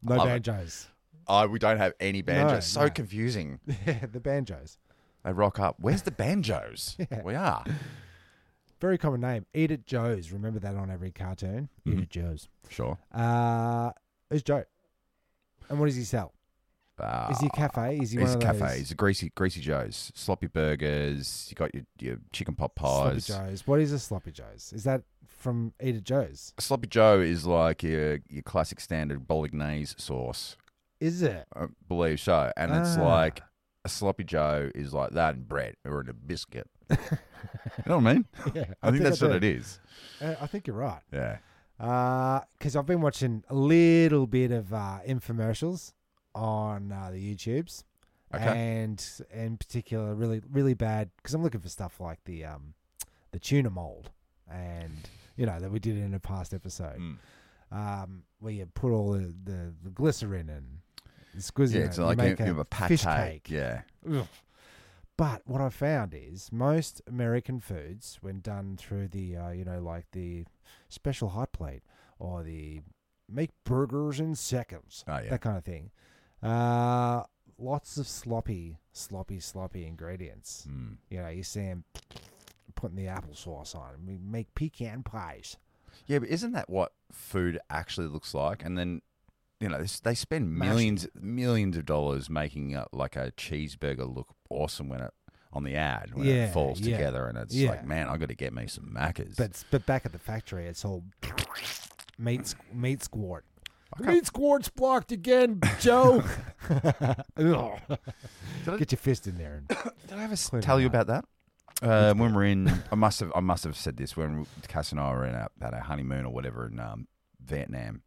S2: No
S1: Love it.
S2: band Joe's. [laughs]
S1: I we don't have any banjos.
S2: No,
S1: so
S2: no.
S1: confusing.
S2: Yeah, the band Joe's.
S1: They rock up. Where's the banjos?
S2: [laughs] Yeah.
S1: We are.
S2: Very common name. Eat at Joe's. Remember that on every cartoon. Eat
S1: Mhm.
S2: at Joe's.
S1: Sure.
S2: Uh, who's Joe? And what does he sell?
S1: Uh,
S2: Is he a cafe? Is he
S1: It's
S2: one of
S1: cafes,
S2: those?
S1: the greasy, greasy joes, sloppy burgers. You got your, your chicken pot
S2: Sloppy
S1: pies.
S2: Joe's. What is a sloppy Joe's? Is that from Eater Joe's.
S1: Sloppy Joe is like your your classic standard bolognese sauce,
S2: Is it?
S1: I believe so. And it's
S2: Ah.
S1: like a sloppy Joe is like that in bread or in a biscuit. [laughs] you know what I
S2: [laughs]
S1: mean?
S2: Yeah,
S1: I, think, that's what it
S2: do.
S1: is.
S2: Uh, I think you're right.
S1: Yeah.
S2: because Uh, I've been watching a little bit of uh, infomercials on uh, the YouTubes,
S1: Okay.
S2: and in particular, really, really bad because I'm looking for stuff like the um, the tuna mold, and you know that we did in a past episode,
S1: Mm.
S2: um, where you put all the, the, the glycerin and squizzy,
S1: Yeah,
S2: in
S1: it's
S2: it, you
S1: like
S2: make
S1: a, a, a pate.
S2: fish cake,
S1: Yeah.
S2: Ugh. But what I found is most American foods, when done through the uh, you know like the special hot plate or the make burgers in seconds,
S1: Oh, yeah.
S2: that kind of thing, uh, lots of sloppy, sloppy, sloppy ingredients.
S1: Mm.
S2: You know, you see them putting the applesauce on. We make pecan pies.
S1: Yeah, but isn't that what food actually looks like? And then, you know, this- they spend millions, millions of dollars making a, like a cheeseburger look awesome when it on the ad when
S2: Yeah,
S1: it falls
S2: yeah.
S1: together, and it's
S2: Yeah.
S1: like, man, I got to get me some macas.
S2: But but back at the factory, it's all meat squ- meat squart.
S1: Okay.
S2: Meat squart's blocked again, [laughs] Joe. Get your fist in there. And,
S1: [coughs] did I ever s-
S2: Clear
S1: tell you
S2: it
S1: about that? Uh, when we're in,
S2: [laughs]
S1: I must have, I must have said this when Cass and I were in our, at our honeymoon or whatever in um, Vietnam,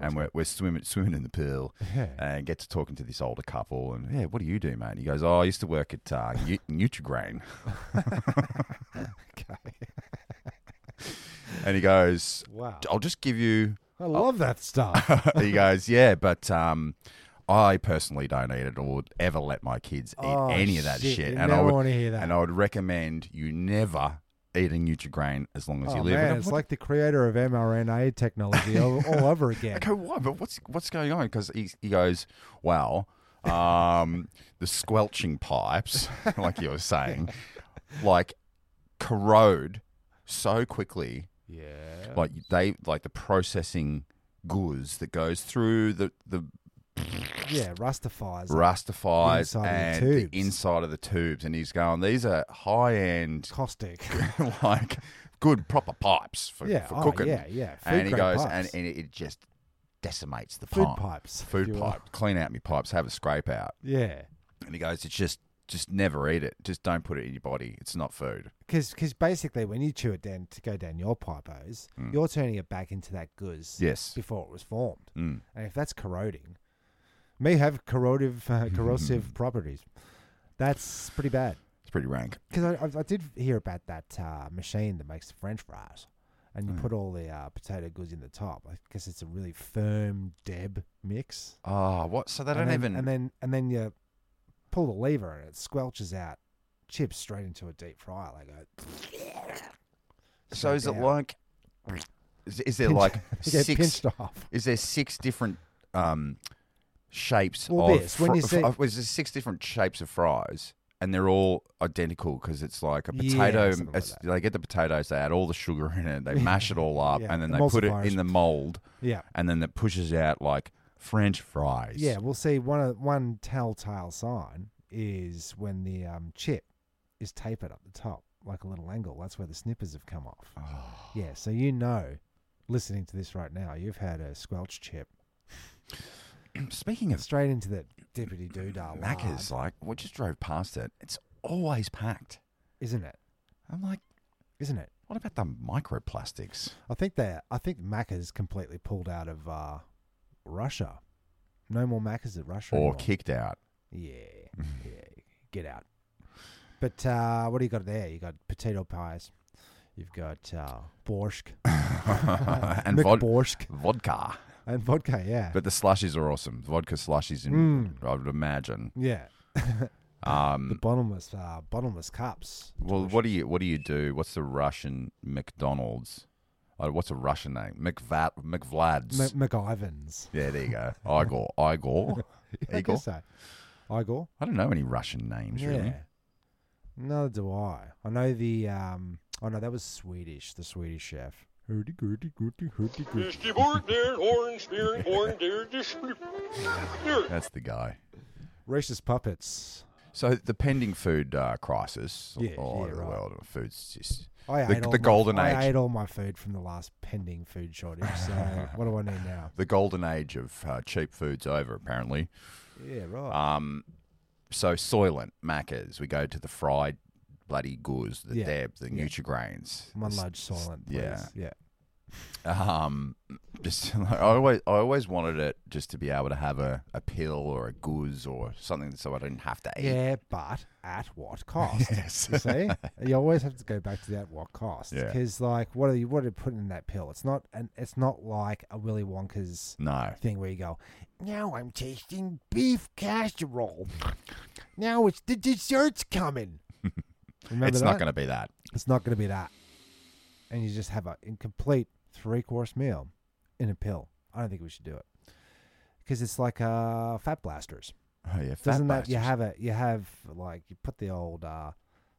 S1: and we're, we're swimming swimming in the pool,
S2: [laughs] Yeah.
S1: and get to talking to this older couple, and yeah, what do you do, mate? And he goes, oh, I used to work at uh, Nu- [laughs] Nutrigrain.
S2: [laughs] okay.
S1: [laughs] And he goes,
S2: Wow.
S1: I'll just give you. [laughs]
S2: I love that stuff.
S1: He goes, yeah, but um, I personally don't eat it or ever let my kids eat
S2: Oh,
S1: any of that
S2: shit,
S1: shit.
S2: you
S1: And I
S2: never
S1: would
S2: wanna hear that.
S1: And I would recommend you never eating NutriGrain as long as
S2: Oh,
S1: you live. And
S2: man,
S1: I-
S2: it's
S1: what-
S2: like the creator of mRNA
S1: [laughs]
S2: technology all, all over again.
S1: I go, why? But what's what's going on? Because he, he goes, well, um, [laughs] the squelching pipes, [laughs] like you were saying, like corrode so quickly
S2: Yeah.
S1: like they like the processing goods that goes through the the
S2: Yeah, rustifies. it.
S1: rastifies
S2: The inside of
S1: and
S2: the
S1: the,
S2: tubes.
S1: inside of the tubes and he's going these are high end
S2: Caustic.
S1: [laughs] like good proper pipes for,
S2: Yeah,
S1: for
S2: oh,
S1: cooking
S2: yeah, yeah. Food
S1: and he
S2: grade
S1: goes
S2: pipes.
S1: and, and it just decimates the
S2: Food
S1: pipe.
S2: pipes, if
S1: food
S2: you will.
S1: pipe clean out my pipes have a scrape out
S2: yeah.
S1: and he goes it's just just never eat it just don't put it in your body it's not food
S2: Because basically, when you chew it down to go down your pipos, you're turning it back into that goose
S1: Yes.
S2: before it was formed.
S1: Mm.
S2: And if that's corroding, may have corrosive, uh, corrosive properties. That's pretty bad.
S1: it's pretty rank
S2: Because I, I, I did hear about that uh, machine that makes the French fries, and you put all the uh, potato goods in the top. I guess it's a really firm deb mix.
S1: oh what so they don't
S2: and then,
S1: even
S2: And then and then you pull the lever, and it squelches out chips straight into a deep fryer. Like a,
S1: so is it
S2: down.
S1: like is, is there
S2: pinch-
S1: like
S2: [laughs] you get
S1: six
S2: pinched off.
S1: is there six different um, shapes
S2: Well,
S1: of
S2: this, when you
S1: fr-
S2: say-
S1: fr- was there six different shapes of fries and they're all identical because it's like a potato
S2: Yeah, something like
S1: it's-
S2: that.
S1: they get the potatoes they add all the sugar in
S2: [laughs]
S1: it they mash it all up
S2: Yeah,
S1: and then they put it
S2: emulsifiers.
S1: in the mold
S2: Yeah,
S1: and then it pushes out like french fries
S2: yeah. We'll see one of- one telltale sign is when the um, chip is tapered up the top, like a little angle. That's where the snippers have come off.
S1: Oh.
S2: Yeah, so you know, listening to this right now, you've had a squelch chip
S1: [clears throat] speaking of
S2: straight into that dippity doodah.
S1: macca's like we just drove past it it's always packed
S2: isn't it?
S1: i'm like
S2: Isn't it?
S1: what about the microplastics
S2: I think that I think Macca's completely pulled out of uh, Russia. No more Macca's at Russia.
S1: or
S2: anymore.
S1: kicked
S2: [laughs]
S1: out
S2: Yeah,
S1: [laughs]
S2: yeah, get out. But uh, what do you got there? You got potato pies. You've got uh, borscht
S1: [laughs] and vod-
S2: McBorscht.
S1: vodka
S2: and vodka. Yeah,
S1: But the slushies are awesome. Vodka slushies, in, I would imagine.
S2: yeah. Mm. the
S1: Um,
S2: bottomless, uh, bottomless cups.
S1: well, what do you what do you do? What's the Russian McDonald's? Uh, what's a Russian name? McVat McVlad's.
S2: M- McIvans. [laughs]
S1: yeah, there you go. Igor Igor
S2: I
S1: Igor.
S2: guess so. Igor.
S1: I don't know any Russian names really.
S2: Neither do I. I know the um oh no, that was Swedish, the Swedish chef. Hurdy gurdy gurdy hurdy gurdy.
S1: That's the guy.
S2: Racist puppets.
S1: So the pending food uh, crisis
S2: Yeah,
S1: all
S2: yeah,
S1: over the
S2: right.
S1: world, food's just
S2: I
S1: the,
S2: ate
S1: the
S2: all my-
S1: golden
S2: I
S1: age.
S2: ate all my food from the last pending food shortage. So what do I need now?
S1: The golden age of uh, cheap food's over, apparently.
S2: [laughs] Yeah, right.
S1: Um, so Soylent, Macca's, we go to the fried bloody goods, the
S2: Yeah,
S1: deb, the
S2: yeah.
S1: Nutri-Grains.
S2: One
S1: the s-
S2: large silent. Please.
S1: yeah.
S2: yeah.
S1: Um, just [laughs] I always I always wanted it just to be able to have a, a pill or a goose or something so I didn't have to eat.
S2: Yeah, but at what [laughs] cost?
S1: Yes.
S2: You see, you always have to go back to the at what cost.
S1: Yeah.
S2: Because like, what are you what are you putting in that pill? It's not and it's not like a Willy Wonka's
S1: No.
S2: thing where you go, now I'm tasting beef casserole. now it's the desserts coming. [laughs] Remember
S1: it's not
S2: that?
S1: going to be that.
S2: It's not going to be that. And you just have a incomplete three course meal in a pill. I don't think we should do it because it's like uh, fat blasters.
S1: Oh yeah, fat
S2: Doesn't that you
S1: bastards.
S2: have it? You have like you put the old uh,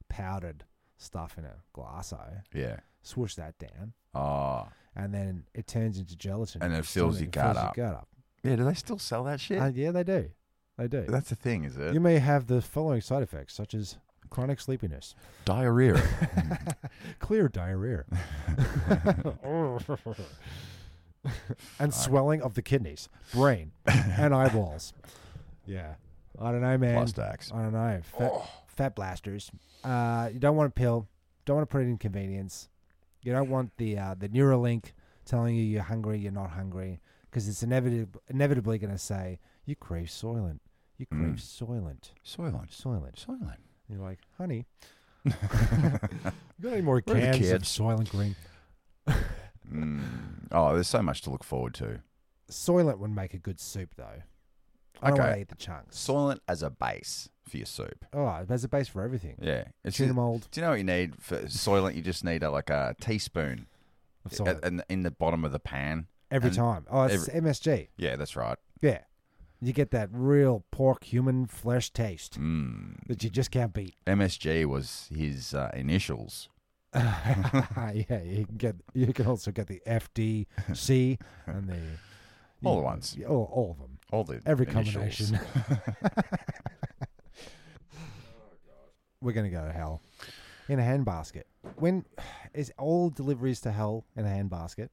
S2: powdered stuff in a glasso,
S1: Yeah.
S2: swoosh that down,
S1: Oh.
S2: and then it turns into gelatin.
S1: And
S2: in
S1: it
S2: your
S1: fills
S2: stomach,
S1: your
S2: it
S1: gut up.
S2: Your gut up.
S1: Yeah. Do they still sell that shit?
S2: Yeah. yeah, they do. They do.
S1: That's the thing, is it?
S2: You may have the following side effects, such as chronic sleepiness,
S1: Diarrhea.
S2: [laughs] clear diarrhea, and swelling of the kidneys, brain, and eyeballs. Yeah. I don't know, man.
S1: Plus tax.
S2: I don't know. Fat, fat blasters. Uh, you don't want a pill. Don't want to put it in convenience. You don't want the uh, the Neuralink telling you you're hungry, you're not hungry, because it's inevitably, inevitably going to say you crave Soylent. You crave Soylent.
S1: Soylent.
S2: Soylent.
S1: Soylent.
S2: And you're like, honey, you got any more
S1: Where are the
S2: cans of
S1: kids?"
S2: Soylent Green?
S1: [laughs] Oh, there's so much to look forward to.
S2: Soylent would make a good soup, though. I don't want to
S1: Okay.
S2: eat the chunks.
S1: Soylent as a base for your soup.
S2: Oh, there's a base for everything.
S1: Yeah. It's
S2: Tuna
S1: just-
S2: mold.
S1: Do you know what you need for Soylent? You just need a, like a teaspoon
S2: Of
S1: at,
S2: Soylent.
S1: in, in the bottom of the pan.
S2: Every
S1: and
S2: time. Oh, it's
S1: every-
S2: MSG.
S1: Yeah, that's right.
S2: Yeah. You get that real pork human flesh taste
S1: Mm.
S2: that you just can't beat. [laughs]
S1: MSG was his uh, initials.
S2: yeah, you can get you can also get the
S1: [laughs]
S2: FDC and the
S1: All the ones.
S2: yeah, all, all of them.
S1: All the
S2: Every
S1: initials. [laughs]
S2: combination. [laughs] We're gonna go to hell in a handbasket. When is all deliveries to hell in a handbasket?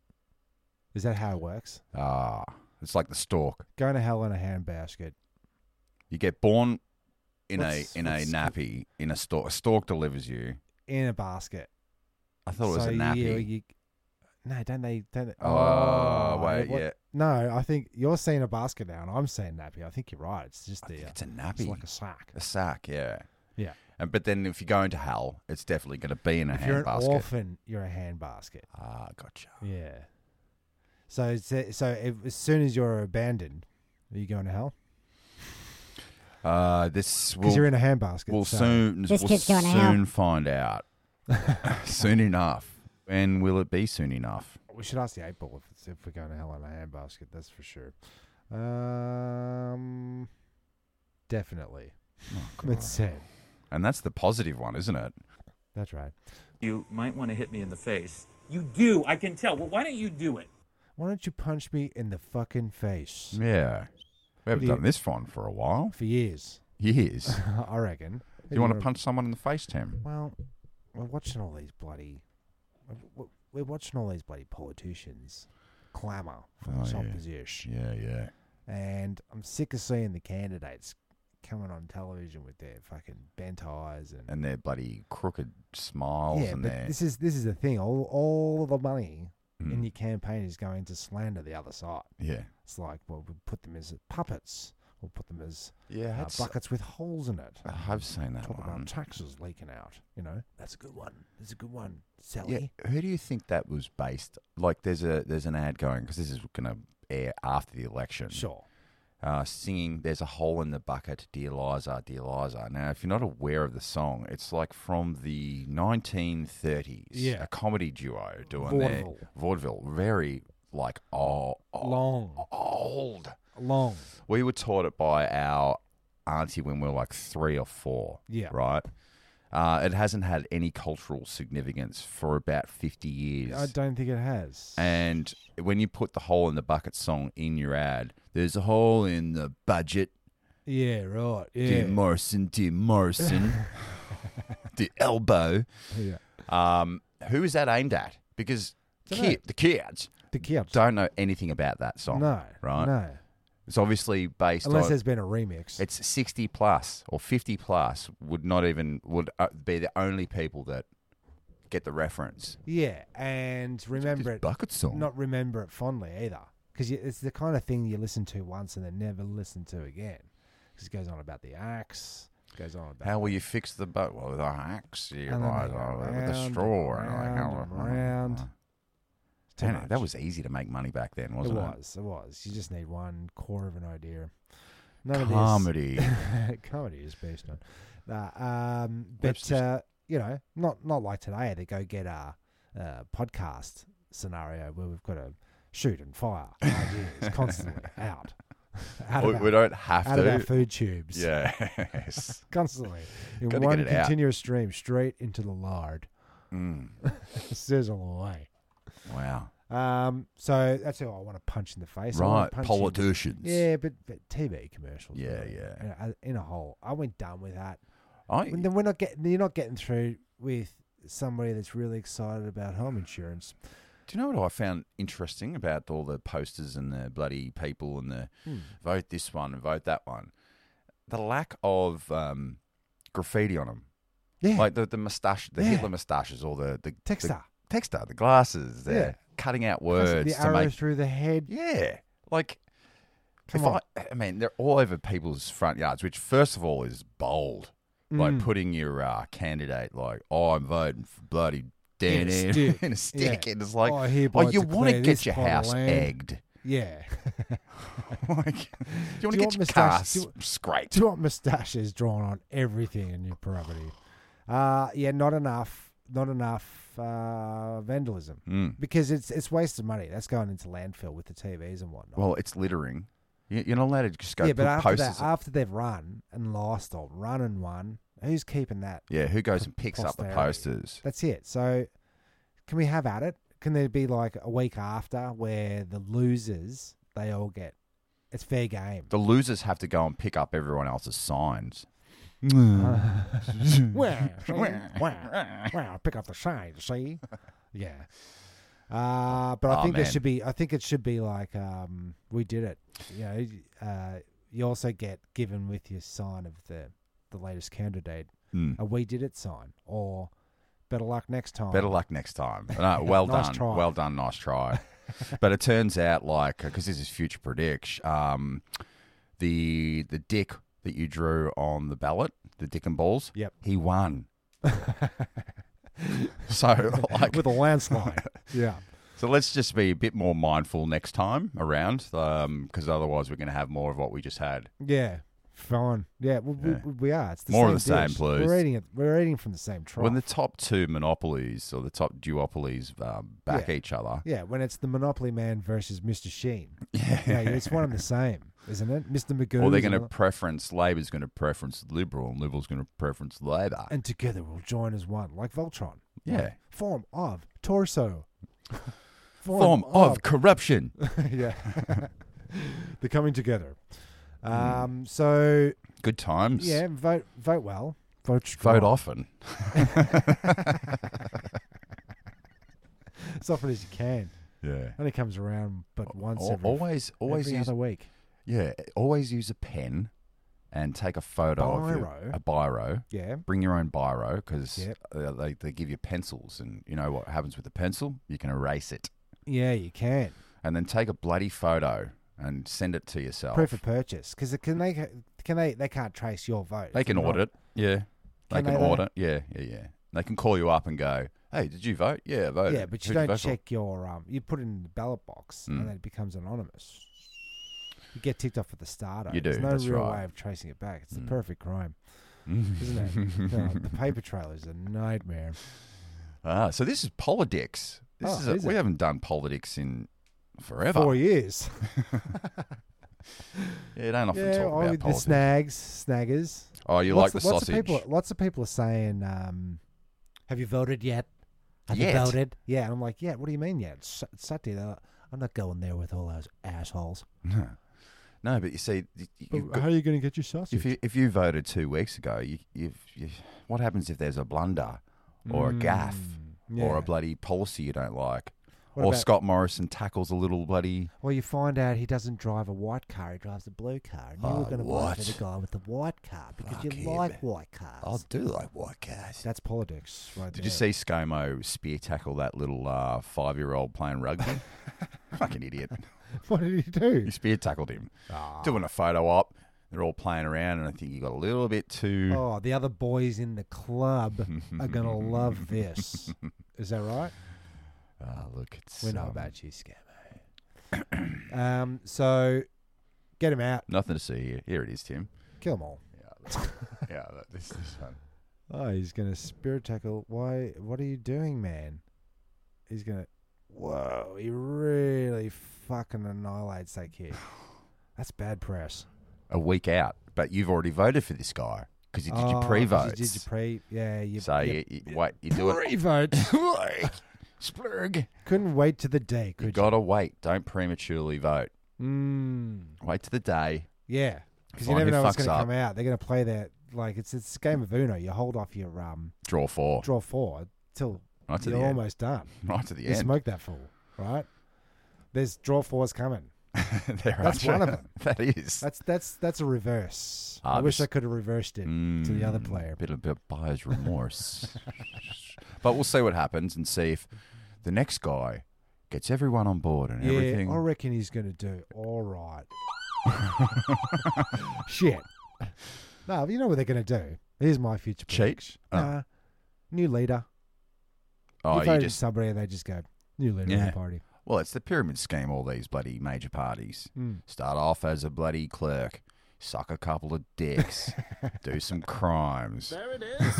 S2: Is that how it works?
S1: Ah, it's like the stalk.
S2: Going to hell in a handbasket.
S1: You get born in
S2: What's-
S1: a in a
S2: what's-
S1: nappy in a stalk. A stalk delivers you.
S2: in a basket.
S1: I thought it was
S2: So
S1: a nappy.
S2: You, you, no, don't they? Don't they
S1: Oh, wait,
S2: what-
S1: yeah.
S2: No, I think you're seeing a basket now, and I'm seeing nappy. I think you're right. It's just
S1: I
S2: the.
S1: think
S2: uh,
S1: it's a
S2: it's
S1: nappy,
S2: like a sack.
S1: a sack. Yeah.
S2: Yeah.
S1: And but then if you go into hell, it's definitely going to be in a
S2: If you're
S1: hand
S2: an
S1: basket.
S2: orphan, you're a hand basket.
S1: Ah, gotcha.
S2: Yeah. So it's, uh, so if, as soon as you're abandoned, are you going to hell?
S1: Uh, this
S2: Because
S1: will
S2: you're in a hand basket.
S1: will
S2: so-
S1: soon
S5: This
S1: will
S5: kid's going to hell.
S1: soon find
S2: [laughs]
S1: out. soon enough. And will it be soon enough?
S2: We should ask the eight ball if, it's, if we're going to hell in a hand basket. That's for sure. Um, definitely.
S1: Oh,
S2: [laughs] it's said.
S1: And that's the positive one, isn't it?
S2: That's right.
S8: You might want to hit me in the face. You do. I can tell. Well, why don't you do it?
S2: Why don't you punch me in the fucking face?
S1: Yeah. We haven't
S2: do you-
S1: done this one for a while.
S2: For years, [laughs]
S1: Years. Do
S2: I reckon. Who
S1: you want to
S2: wanna-
S1: punch someone in the face, Tim?
S2: Well, we're watching all these bloody. we're- We're watching all these bloody politicians clamour for
S1: Oh,
S2: some
S1: yeah.
S2: position.
S1: Yeah, yeah.
S2: And I'm sick of seeing the candidates coming on television with their fucking bent eyes and.
S1: And their bloody crooked smiles
S2: yeah,
S1: and
S2: but
S1: their
S2: this is this is the thing. All all of the money in your campaign is going to slander the other side.
S1: Yeah.
S2: It's like, well, we put them as puppets. We'll put them as
S1: Yeah,
S2: uh,
S1: that's-
S2: buckets with holes in it.
S1: I've seen that
S2: Talk
S1: one.
S2: about taxes leaking out. You know, that's a good one. That's a good one,
S1: Yeah,
S2: Sally.
S1: who do you think that was based? Like, there's a there's an ad going because this is going to air after the election.
S2: Sure.
S1: Uh, singing "There's a hole in the bucket, dear Liza, dear Liza." Now, if you're not aware of the song, it's like from the 1930s.
S2: Yeah.
S1: a comedy duo doing
S2: Vaudeville.
S1: their vaudeville, very like oh, oh
S2: Long,
S1: old.
S2: long.
S1: We were taught it by our auntie when we were like three or four.
S2: Yeah.
S1: Right? Uh, it hasn't had any cultural significance for about 50 years.
S2: I don't think it has.
S1: and when you put the hole in the bucket song in your ad, there's a hole in the budget,
S2: Yeah, right.
S1: Dear
S2: Yeah.
S1: Morrison, dear
S2: [laughs]
S1: Morrison, the elbow.
S2: yeah.
S1: Um, who is that aimed at? Because
S2: Dunno.
S1: kid, the kids
S2: The couch.
S1: don't know anything about that song.
S2: no.
S1: right?
S2: No.
S1: It's obviously based
S2: Unless
S1: on.
S2: there's been a remix.
S1: It's sixty plus or fifty plus would not even would uh, be the only people that get the reference.
S2: yeah, and remember
S1: This
S2: it.
S1: bucket song.
S2: Not remember it fondly either, because it's the kind of thing you listen to once and then never listen to again. Because it goes on about the axe. Goes on about
S1: How will you fix the boat? Well, with a axe, you
S2: And then
S1: know,
S2: they go
S1: uh, with
S2: round
S1: a
S2: and
S1: straw. uh,
S2: round and round. It's too
S1: Damn it,
S2: much.
S1: that was easy to make money back then, wasn't it?
S2: it was. It was. You just need one core of an idea. None of this. [laughs]
S1: Comedy. [laughs]
S2: comedy is based on. Nah, um, but
S1: Webster's-
S2: uh, you know, not not like today. They go get a, uh podcast scenario where we've got to shoot and fire ideas
S1: [laughs]
S2: constantly out, [laughs] out,
S1: we,
S2: of,
S1: we
S2: our,
S1: don't have
S2: out
S1: to.
S2: of our food tubes.
S1: Yes.
S2: Constantly in
S1: Gotta get
S2: one
S1: it out.
S2: continuous stream, straight into the lard,
S1: Mm,
S2: [laughs] sizzle away.
S1: [laughs] wow.
S2: Um, so that's who I want to punch in the face. I wanna
S1: Right.
S2: punch in-
S1: Politicians.
S2: Yeah, but, but TV commercials.
S1: Yeah,
S2: really.
S1: yeah.
S2: You know, I- In a hole, I went done with that.
S1: I,
S2: Well, then we're not getting. You're not getting through with somebody that's really excited about home insurance.
S1: Do you know what I found interesting about all the posters and the bloody people and the
S2: Hmm.
S1: vote this one and vote that one? The lack of um, graffiti on them,
S2: Yeah,
S1: like the the moustache, the
S2: Yeah.
S1: Hitler moustaches, or the the
S2: Textar.
S1: the, texter, the glasses, the
S2: Yeah.
S1: cutting out
S2: Constantly
S1: words to
S2: the arrow
S1: make,
S2: through the head.
S1: yeah, like.
S2: Come
S1: if
S2: on.
S1: I, I mean, they're all over people's front yards, which first of all is bold. Like
S2: Mm.
S1: putting your uh, candidate, like, oh, I'm voting for bloody Dan
S2: In a
S1: Andrews," [laughs]
S2: stick.
S1: in a stick,
S2: Yeah.
S1: and it's like,
S2: "I hereby
S1: oh, you want to
S2: declare
S1: get
S2: this
S1: your
S2: plot of
S1: house
S2: land." [laughs]
S1: egged.
S2: Yeah. [laughs]
S1: [laughs] Like, do you want
S2: Do
S1: to
S2: you
S1: get
S2: want
S1: your car
S2: moustache- do you-
S1: s- scraped?
S2: Do you want moustaches drawn on everything in your property? Uh yeah, not enough. Not enough uh, vandalism
S1: Mm.
S2: because it's it's wasted money. That's going into landfill with the TVs and
S1: [laughs]
S2: whatnot.
S1: Well, it's littering. You- You're not allowed to just go
S2: yeah,
S1: put
S2: but after
S1: posters.
S2: that, after they've run and lost or run and won, who's keeping that?
S1: yeah, who goes and picks up the
S2: posterity.
S1: posters?
S2: That's it. So, can we have at it? Can there be like a week after where the losers they all get it's fair game? [laughs]
S1: The losers have to go and pick up everyone else's signs.
S2: wow, see? wow, wow! Pick up the shine, see? Yeah. Uh, but I
S1: Aw,
S2: think there
S1: man.
S2: should be. I think it should be like um, we did it. You know, uh, you also get given with your sign of the the latest candidate
S1: Mm.
S2: a we did it sign or better luck next time.
S1: Better luck next time. [laughs] No, well
S2: Nice
S1: done.
S2: try.
S1: Well done. Nice
S2: [laughs]
S1: try. but it turns out, like, because this is future prediction, um, the the dick that you drew on the ballot, the dick and balls,
S2: Yep. [laughs]
S1: he won. [laughs]
S2: [laughs]
S1: so, like,
S2: with a landslide. [laughs] yeah.
S1: so let's just be a bit more mindful next time around, because otherwise we're going to have more of what we just had.
S2: Yeah. Fine. Yeah, well,
S1: Yeah.
S2: We, we are. It's the
S1: More
S2: same
S1: of the same,
S2: dish.
S1: please.
S2: We're eating it. We're eating from the same trough.
S1: When the top two monopolies or the top duopolies um, back
S2: Yeah.
S1: each other,
S2: [laughs] yeah, when it's the Monopoly Man versus Mr. Sheen. Yeah, it's one and the same, isn't it, Mr. Magoo?
S1: or they're
S2: is
S1: going to
S2: another-
S1: preference Labor's going to preference Liberal, and Liberal's going to preference Labor.
S2: and together we'll join as one, like Voltron.
S1: Yeah.
S2: Form of torso.
S1: [laughs] Form of corruption.
S2: [laughs] yeah. They're coming together.
S1: Hmm.
S2: Um. So
S1: [laughs] Good times.
S2: yeah, vote vote well. Vote strong.
S1: Vote often.
S2: as often as you can.
S1: Yeah.
S2: Only comes around but once
S1: Al-
S2: every
S1: always, always
S2: every
S1: use.
S2: other week.
S1: Yeah. Always use a pen and take a photo of your,
S2: Biro.
S1: a biro.
S2: Yeah.
S1: Bring your own biro because
S2: Yep.
S1: they, they give you pencils, and you know what happens with a pencil? You can erase it,
S2: Yeah, you can.
S1: and then take a bloody photo and send it to yourself.
S2: Proof of purchase because can they can they they can't trace your vote.
S1: They
S2: if
S1: can
S2: you're not-
S1: audit. Yeah. They
S2: Can
S1: can
S2: they, though?
S1: audit. Yeah. Yeah. Yeah. They can call you up and go, "Hey, did you vote? Yeah, I voted.
S2: Yeah, but you
S1: Who'd
S2: don't
S1: vote for?"
S2: check your um. You put it in the ballot box
S1: Mm.
S2: and then it becomes anonymous. You get ticked off at the starter.
S1: You
S2: There's
S1: do,
S2: no
S1: that's
S2: real
S1: right.
S2: way of tracing it back. It's
S1: Mm.
S2: the perfect crime,
S1: [laughs]
S2: isn't it? No, the paper trail is a nightmare.
S1: Ah, so this is politics. This
S2: Oh,
S1: is, a,
S2: is
S1: we
S2: it?
S1: haven't done politics in forever.
S2: Four years.
S1: Yeah, don't often
S2: yeah,
S1: talk
S2: oh,
S1: about
S2: the
S1: politics.
S2: snags, snaggers.
S1: oh, you
S2: lots
S1: like the
S2: of,
S1: sausage?
S2: Lots of people, lots of people are saying, um, "Have you voted yet? Have
S1: Yet?
S2: you voted? Yeah." And I'm like, "Yeah." What do you mean yet? It's Su- it's Saturday. They're like, I'm not going there with all those assholes.
S1: No, but you see, you- you've got-
S2: how are you going to get your sausage?
S1: if you if you voted two weeks ago, you, you've, you what happens if there's a blunder or a gaff or
S2: Mm, yeah.
S1: a bloody policy you don't like,
S2: What
S1: or
S2: about-
S1: Scott Morrison tackles a little bloody
S2: well, you find out he doesn't drive a white car; he drives a blue car. And you
S1: Oh,
S2: were going to vote for
S1: what?
S2: the guy with the white car because you
S1: Fuck him.
S2: like white cars.
S1: do like white guys.
S2: That's politics, right
S1: Did
S2: there.
S1: you see ScoMo spear tackle that little uh, five year old playing rugby?
S2: [laughs]
S1: Fucking idiot.
S2: [laughs] What did he do?
S1: He spear tackled him. Doing a photo op. They're all playing around, and I think he got a little bit too.
S2: Oh, the other boys in the club are going to
S1: [laughs]
S2: love this. Is that right?
S1: Ah, look, it's.
S2: We know
S1: um,
S2: about you, Scammo.
S1: eh? [clears throat]
S2: um, so get him out,
S1: Nothing to see here. Here it is,
S2: [laughs]
S1: Tim.
S2: kill them all.
S1: Yeah, that's- yeah that- this is fun.
S2: Oh, he's going to spirit tackle. Why? What are you doing, man? He's going to. Whoa, he really fucking annihilates that kid.
S1: [sighs]
S2: That's bad press.
S1: A week out, but you've already voted for this guy because you did
S2: Oh,
S1: your
S2: 'cause
S1: pre
S2: You did your
S1: votes.
S2: pre. Yeah, you.
S1: So
S2: you
S1: you, you, wait, you do it. [laughs]
S2: pre-vote.
S1: Splurg.
S2: Couldn't wait to the day,
S1: You
S2: could you?
S1: gotta wait. Don't prematurely vote.
S2: Mm,
S1: Wait to the day.
S2: yeah, because you
S1: Find
S2: never
S1: who
S2: know what's
S1: fucks
S2: going to
S1: up.
S2: come out. They're going to play that like it's it's a game of Uno. You hold off your um
S1: Draw four.
S2: draw four till
S1: Right to
S2: you're
S1: the end.
S2: almost done.
S1: Right to the
S2: You
S1: end.
S2: smoke that fool, right? There's draw fours coming.
S1: [laughs] There
S2: That's
S1: are-
S2: one of 'em.
S1: That is.
S2: That's that's that's a reverse.
S1: Ah,
S2: I wish
S1: this-
S2: I could have reversed it to the other player.
S1: A bit of bit of buyer's remorse. [laughs] but we'll see what happens and see if the next guy gets everyone on board and
S2: yeah,
S1: everything.
S2: I reckon he's going to do all right. [laughs] Shit. No, but you know what they're going to do. Here's my future.
S1: Cheat?
S2: prediction. Nah, new leader.
S1: oh,
S2: you
S1: you
S2: voted
S1: just.
S2: somebody, and they just go new leader of
S1: Yeah.
S2: the party.
S1: Well, it's the pyramid scheme, all these bloody major parties. [laughs]
S2: Mm.
S1: Start off as a bloody clerk, suck a couple of
S2: [laughs]
S1: dicks, do some crimes. There it is.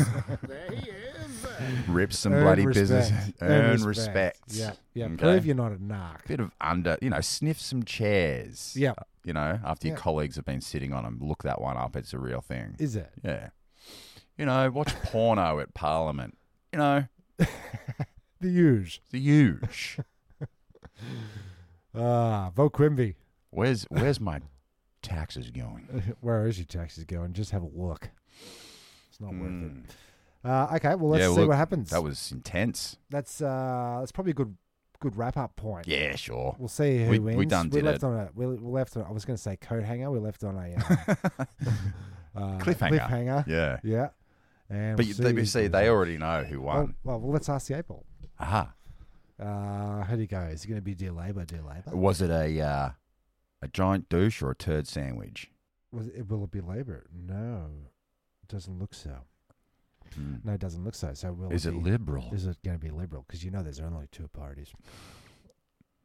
S1: there he is. Rip some
S2: Earn
S1: bloody
S2: respect.
S1: business. Earn, respect.
S2: Yeah, yeah.
S1: Okay.
S2: Prove you're not a narc.
S1: bit of under, you know, sniff some chairs.
S2: Yeah.
S1: You know, after your
S2: Yeah.
S1: colleagues have been sitting on them, look that one up. It's a real thing.
S2: Is it?
S1: yeah. You know, watch porno at Parliament. You know,
S2: The huge.
S1: the
S2: [laughs]
S1: huge.
S2: Ah, vote Quimby. [laughs]
S1: Where's where's my taxes going?
S2: Where is your taxes going? Just have a look. It's not worth
S1: Mm.
S2: it. Uh, okay, well let's
S1: Yeah,
S2: see
S1: look,
S2: what happens.
S1: That was intense.
S2: that's uh, that's probably a good good wrap up point.
S1: Yeah,
S2: [laughs]
S1: sure.
S2: We'll see who
S1: We- we
S2: wins.
S1: done did
S2: left
S1: it.
S2: on a we we left on. I was going to say coat hanger. We left on a
S1: [laughs]
S2: uh, uh,
S1: Cliffhanger.
S2: cliffhanger.
S1: Yeah.
S2: Yeah. And
S1: But
S2: we'll
S1: you, they,
S2: who
S1: you see,
S2: wins.
S1: they already know who
S2: Well,
S1: won.
S2: well, well, let's ask the eight ball.
S1: Aha.
S2: Uh, how do you go? Is it going to be dear Labour, dear Labour?
S1: Was it a uh, a giant douche or a turd sandwich?
S2: Was it, will it be Labour? No, it doesn't look so.
S1: Hmm.
S2: No, it doesn't look so. So will
S1: Is it
S2: be-
S1: liberal?
S2: Is it going to be liberal? Because you know there's only two parties.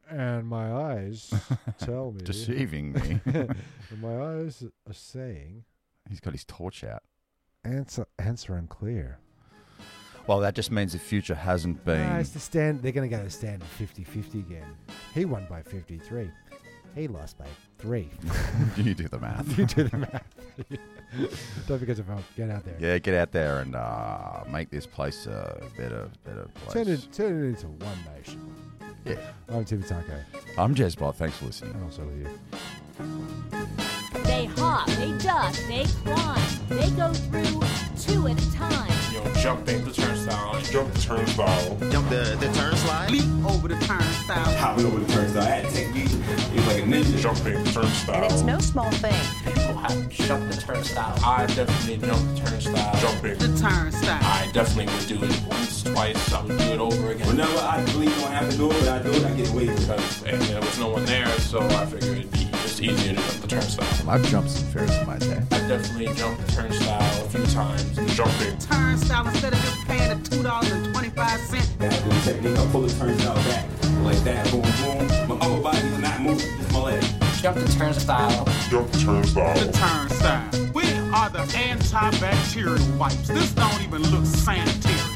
S2: And my eyes [laughs] tell me.
S1: Deceiving me.
S2: and [laughs] my eyes are saying
S1: He's got his torch out.
S2: answer, answer unclear.
S1: Well, that just means the future hasn't been.
S2: No, it's the stand. They're going to go to standard 50-50 again. He won by fifty-three. He lost by three. [laughs]
S1: [laughs] you do the math.
S2: you do the math. [laughs] Don't forget to vote. Get out there.
S1: Yeah, get out there and uh, make this place a better, better place.
S2: Turn it, turn it into one nation.
S1: Yeah.
S2: I'm Timmy Taco,
S1: I'm Jez Bot. Thanks for listening.
S2: and also with you.
S9: They hop, they duck, they climb, they go through two at a time.
S10: You know, jump the turnstile. Jump the turnstile.
S11: Jump the, the turnstile. Leap over the turnstile.
S10: Hop over the turnstile. I had to take me. It was like a ninja. Jump the turnstile.
S9: And it's no small thing.
S10: People have jumped the turnstile. I definitely jumped the turnstile. Jumping.
S11: The turnstile.
S10: I definitely would do it once, twice. I would do it over again. Whenever I believe I have to do it, but I do it, I get away with it. And there was no one there, so I figured it'd be just easier to jump the turnstile.
S1: I've jumped some ferries in my day.
S10: I definitely jumped the turnstile a few times. Jumping.
S11: Turnstile instead of just paying the two dollars and twenty-five cent.
S10: That boom technique, I pull the turnstile back like that. Boom, boom. My upper body is not moving, just my leg.
S11: Jump the turnstile.
S4: Jump the
S11: The
S4: turnstile.
S11: turnstile. We are the antibacterial wipes. This don't even look sanitary.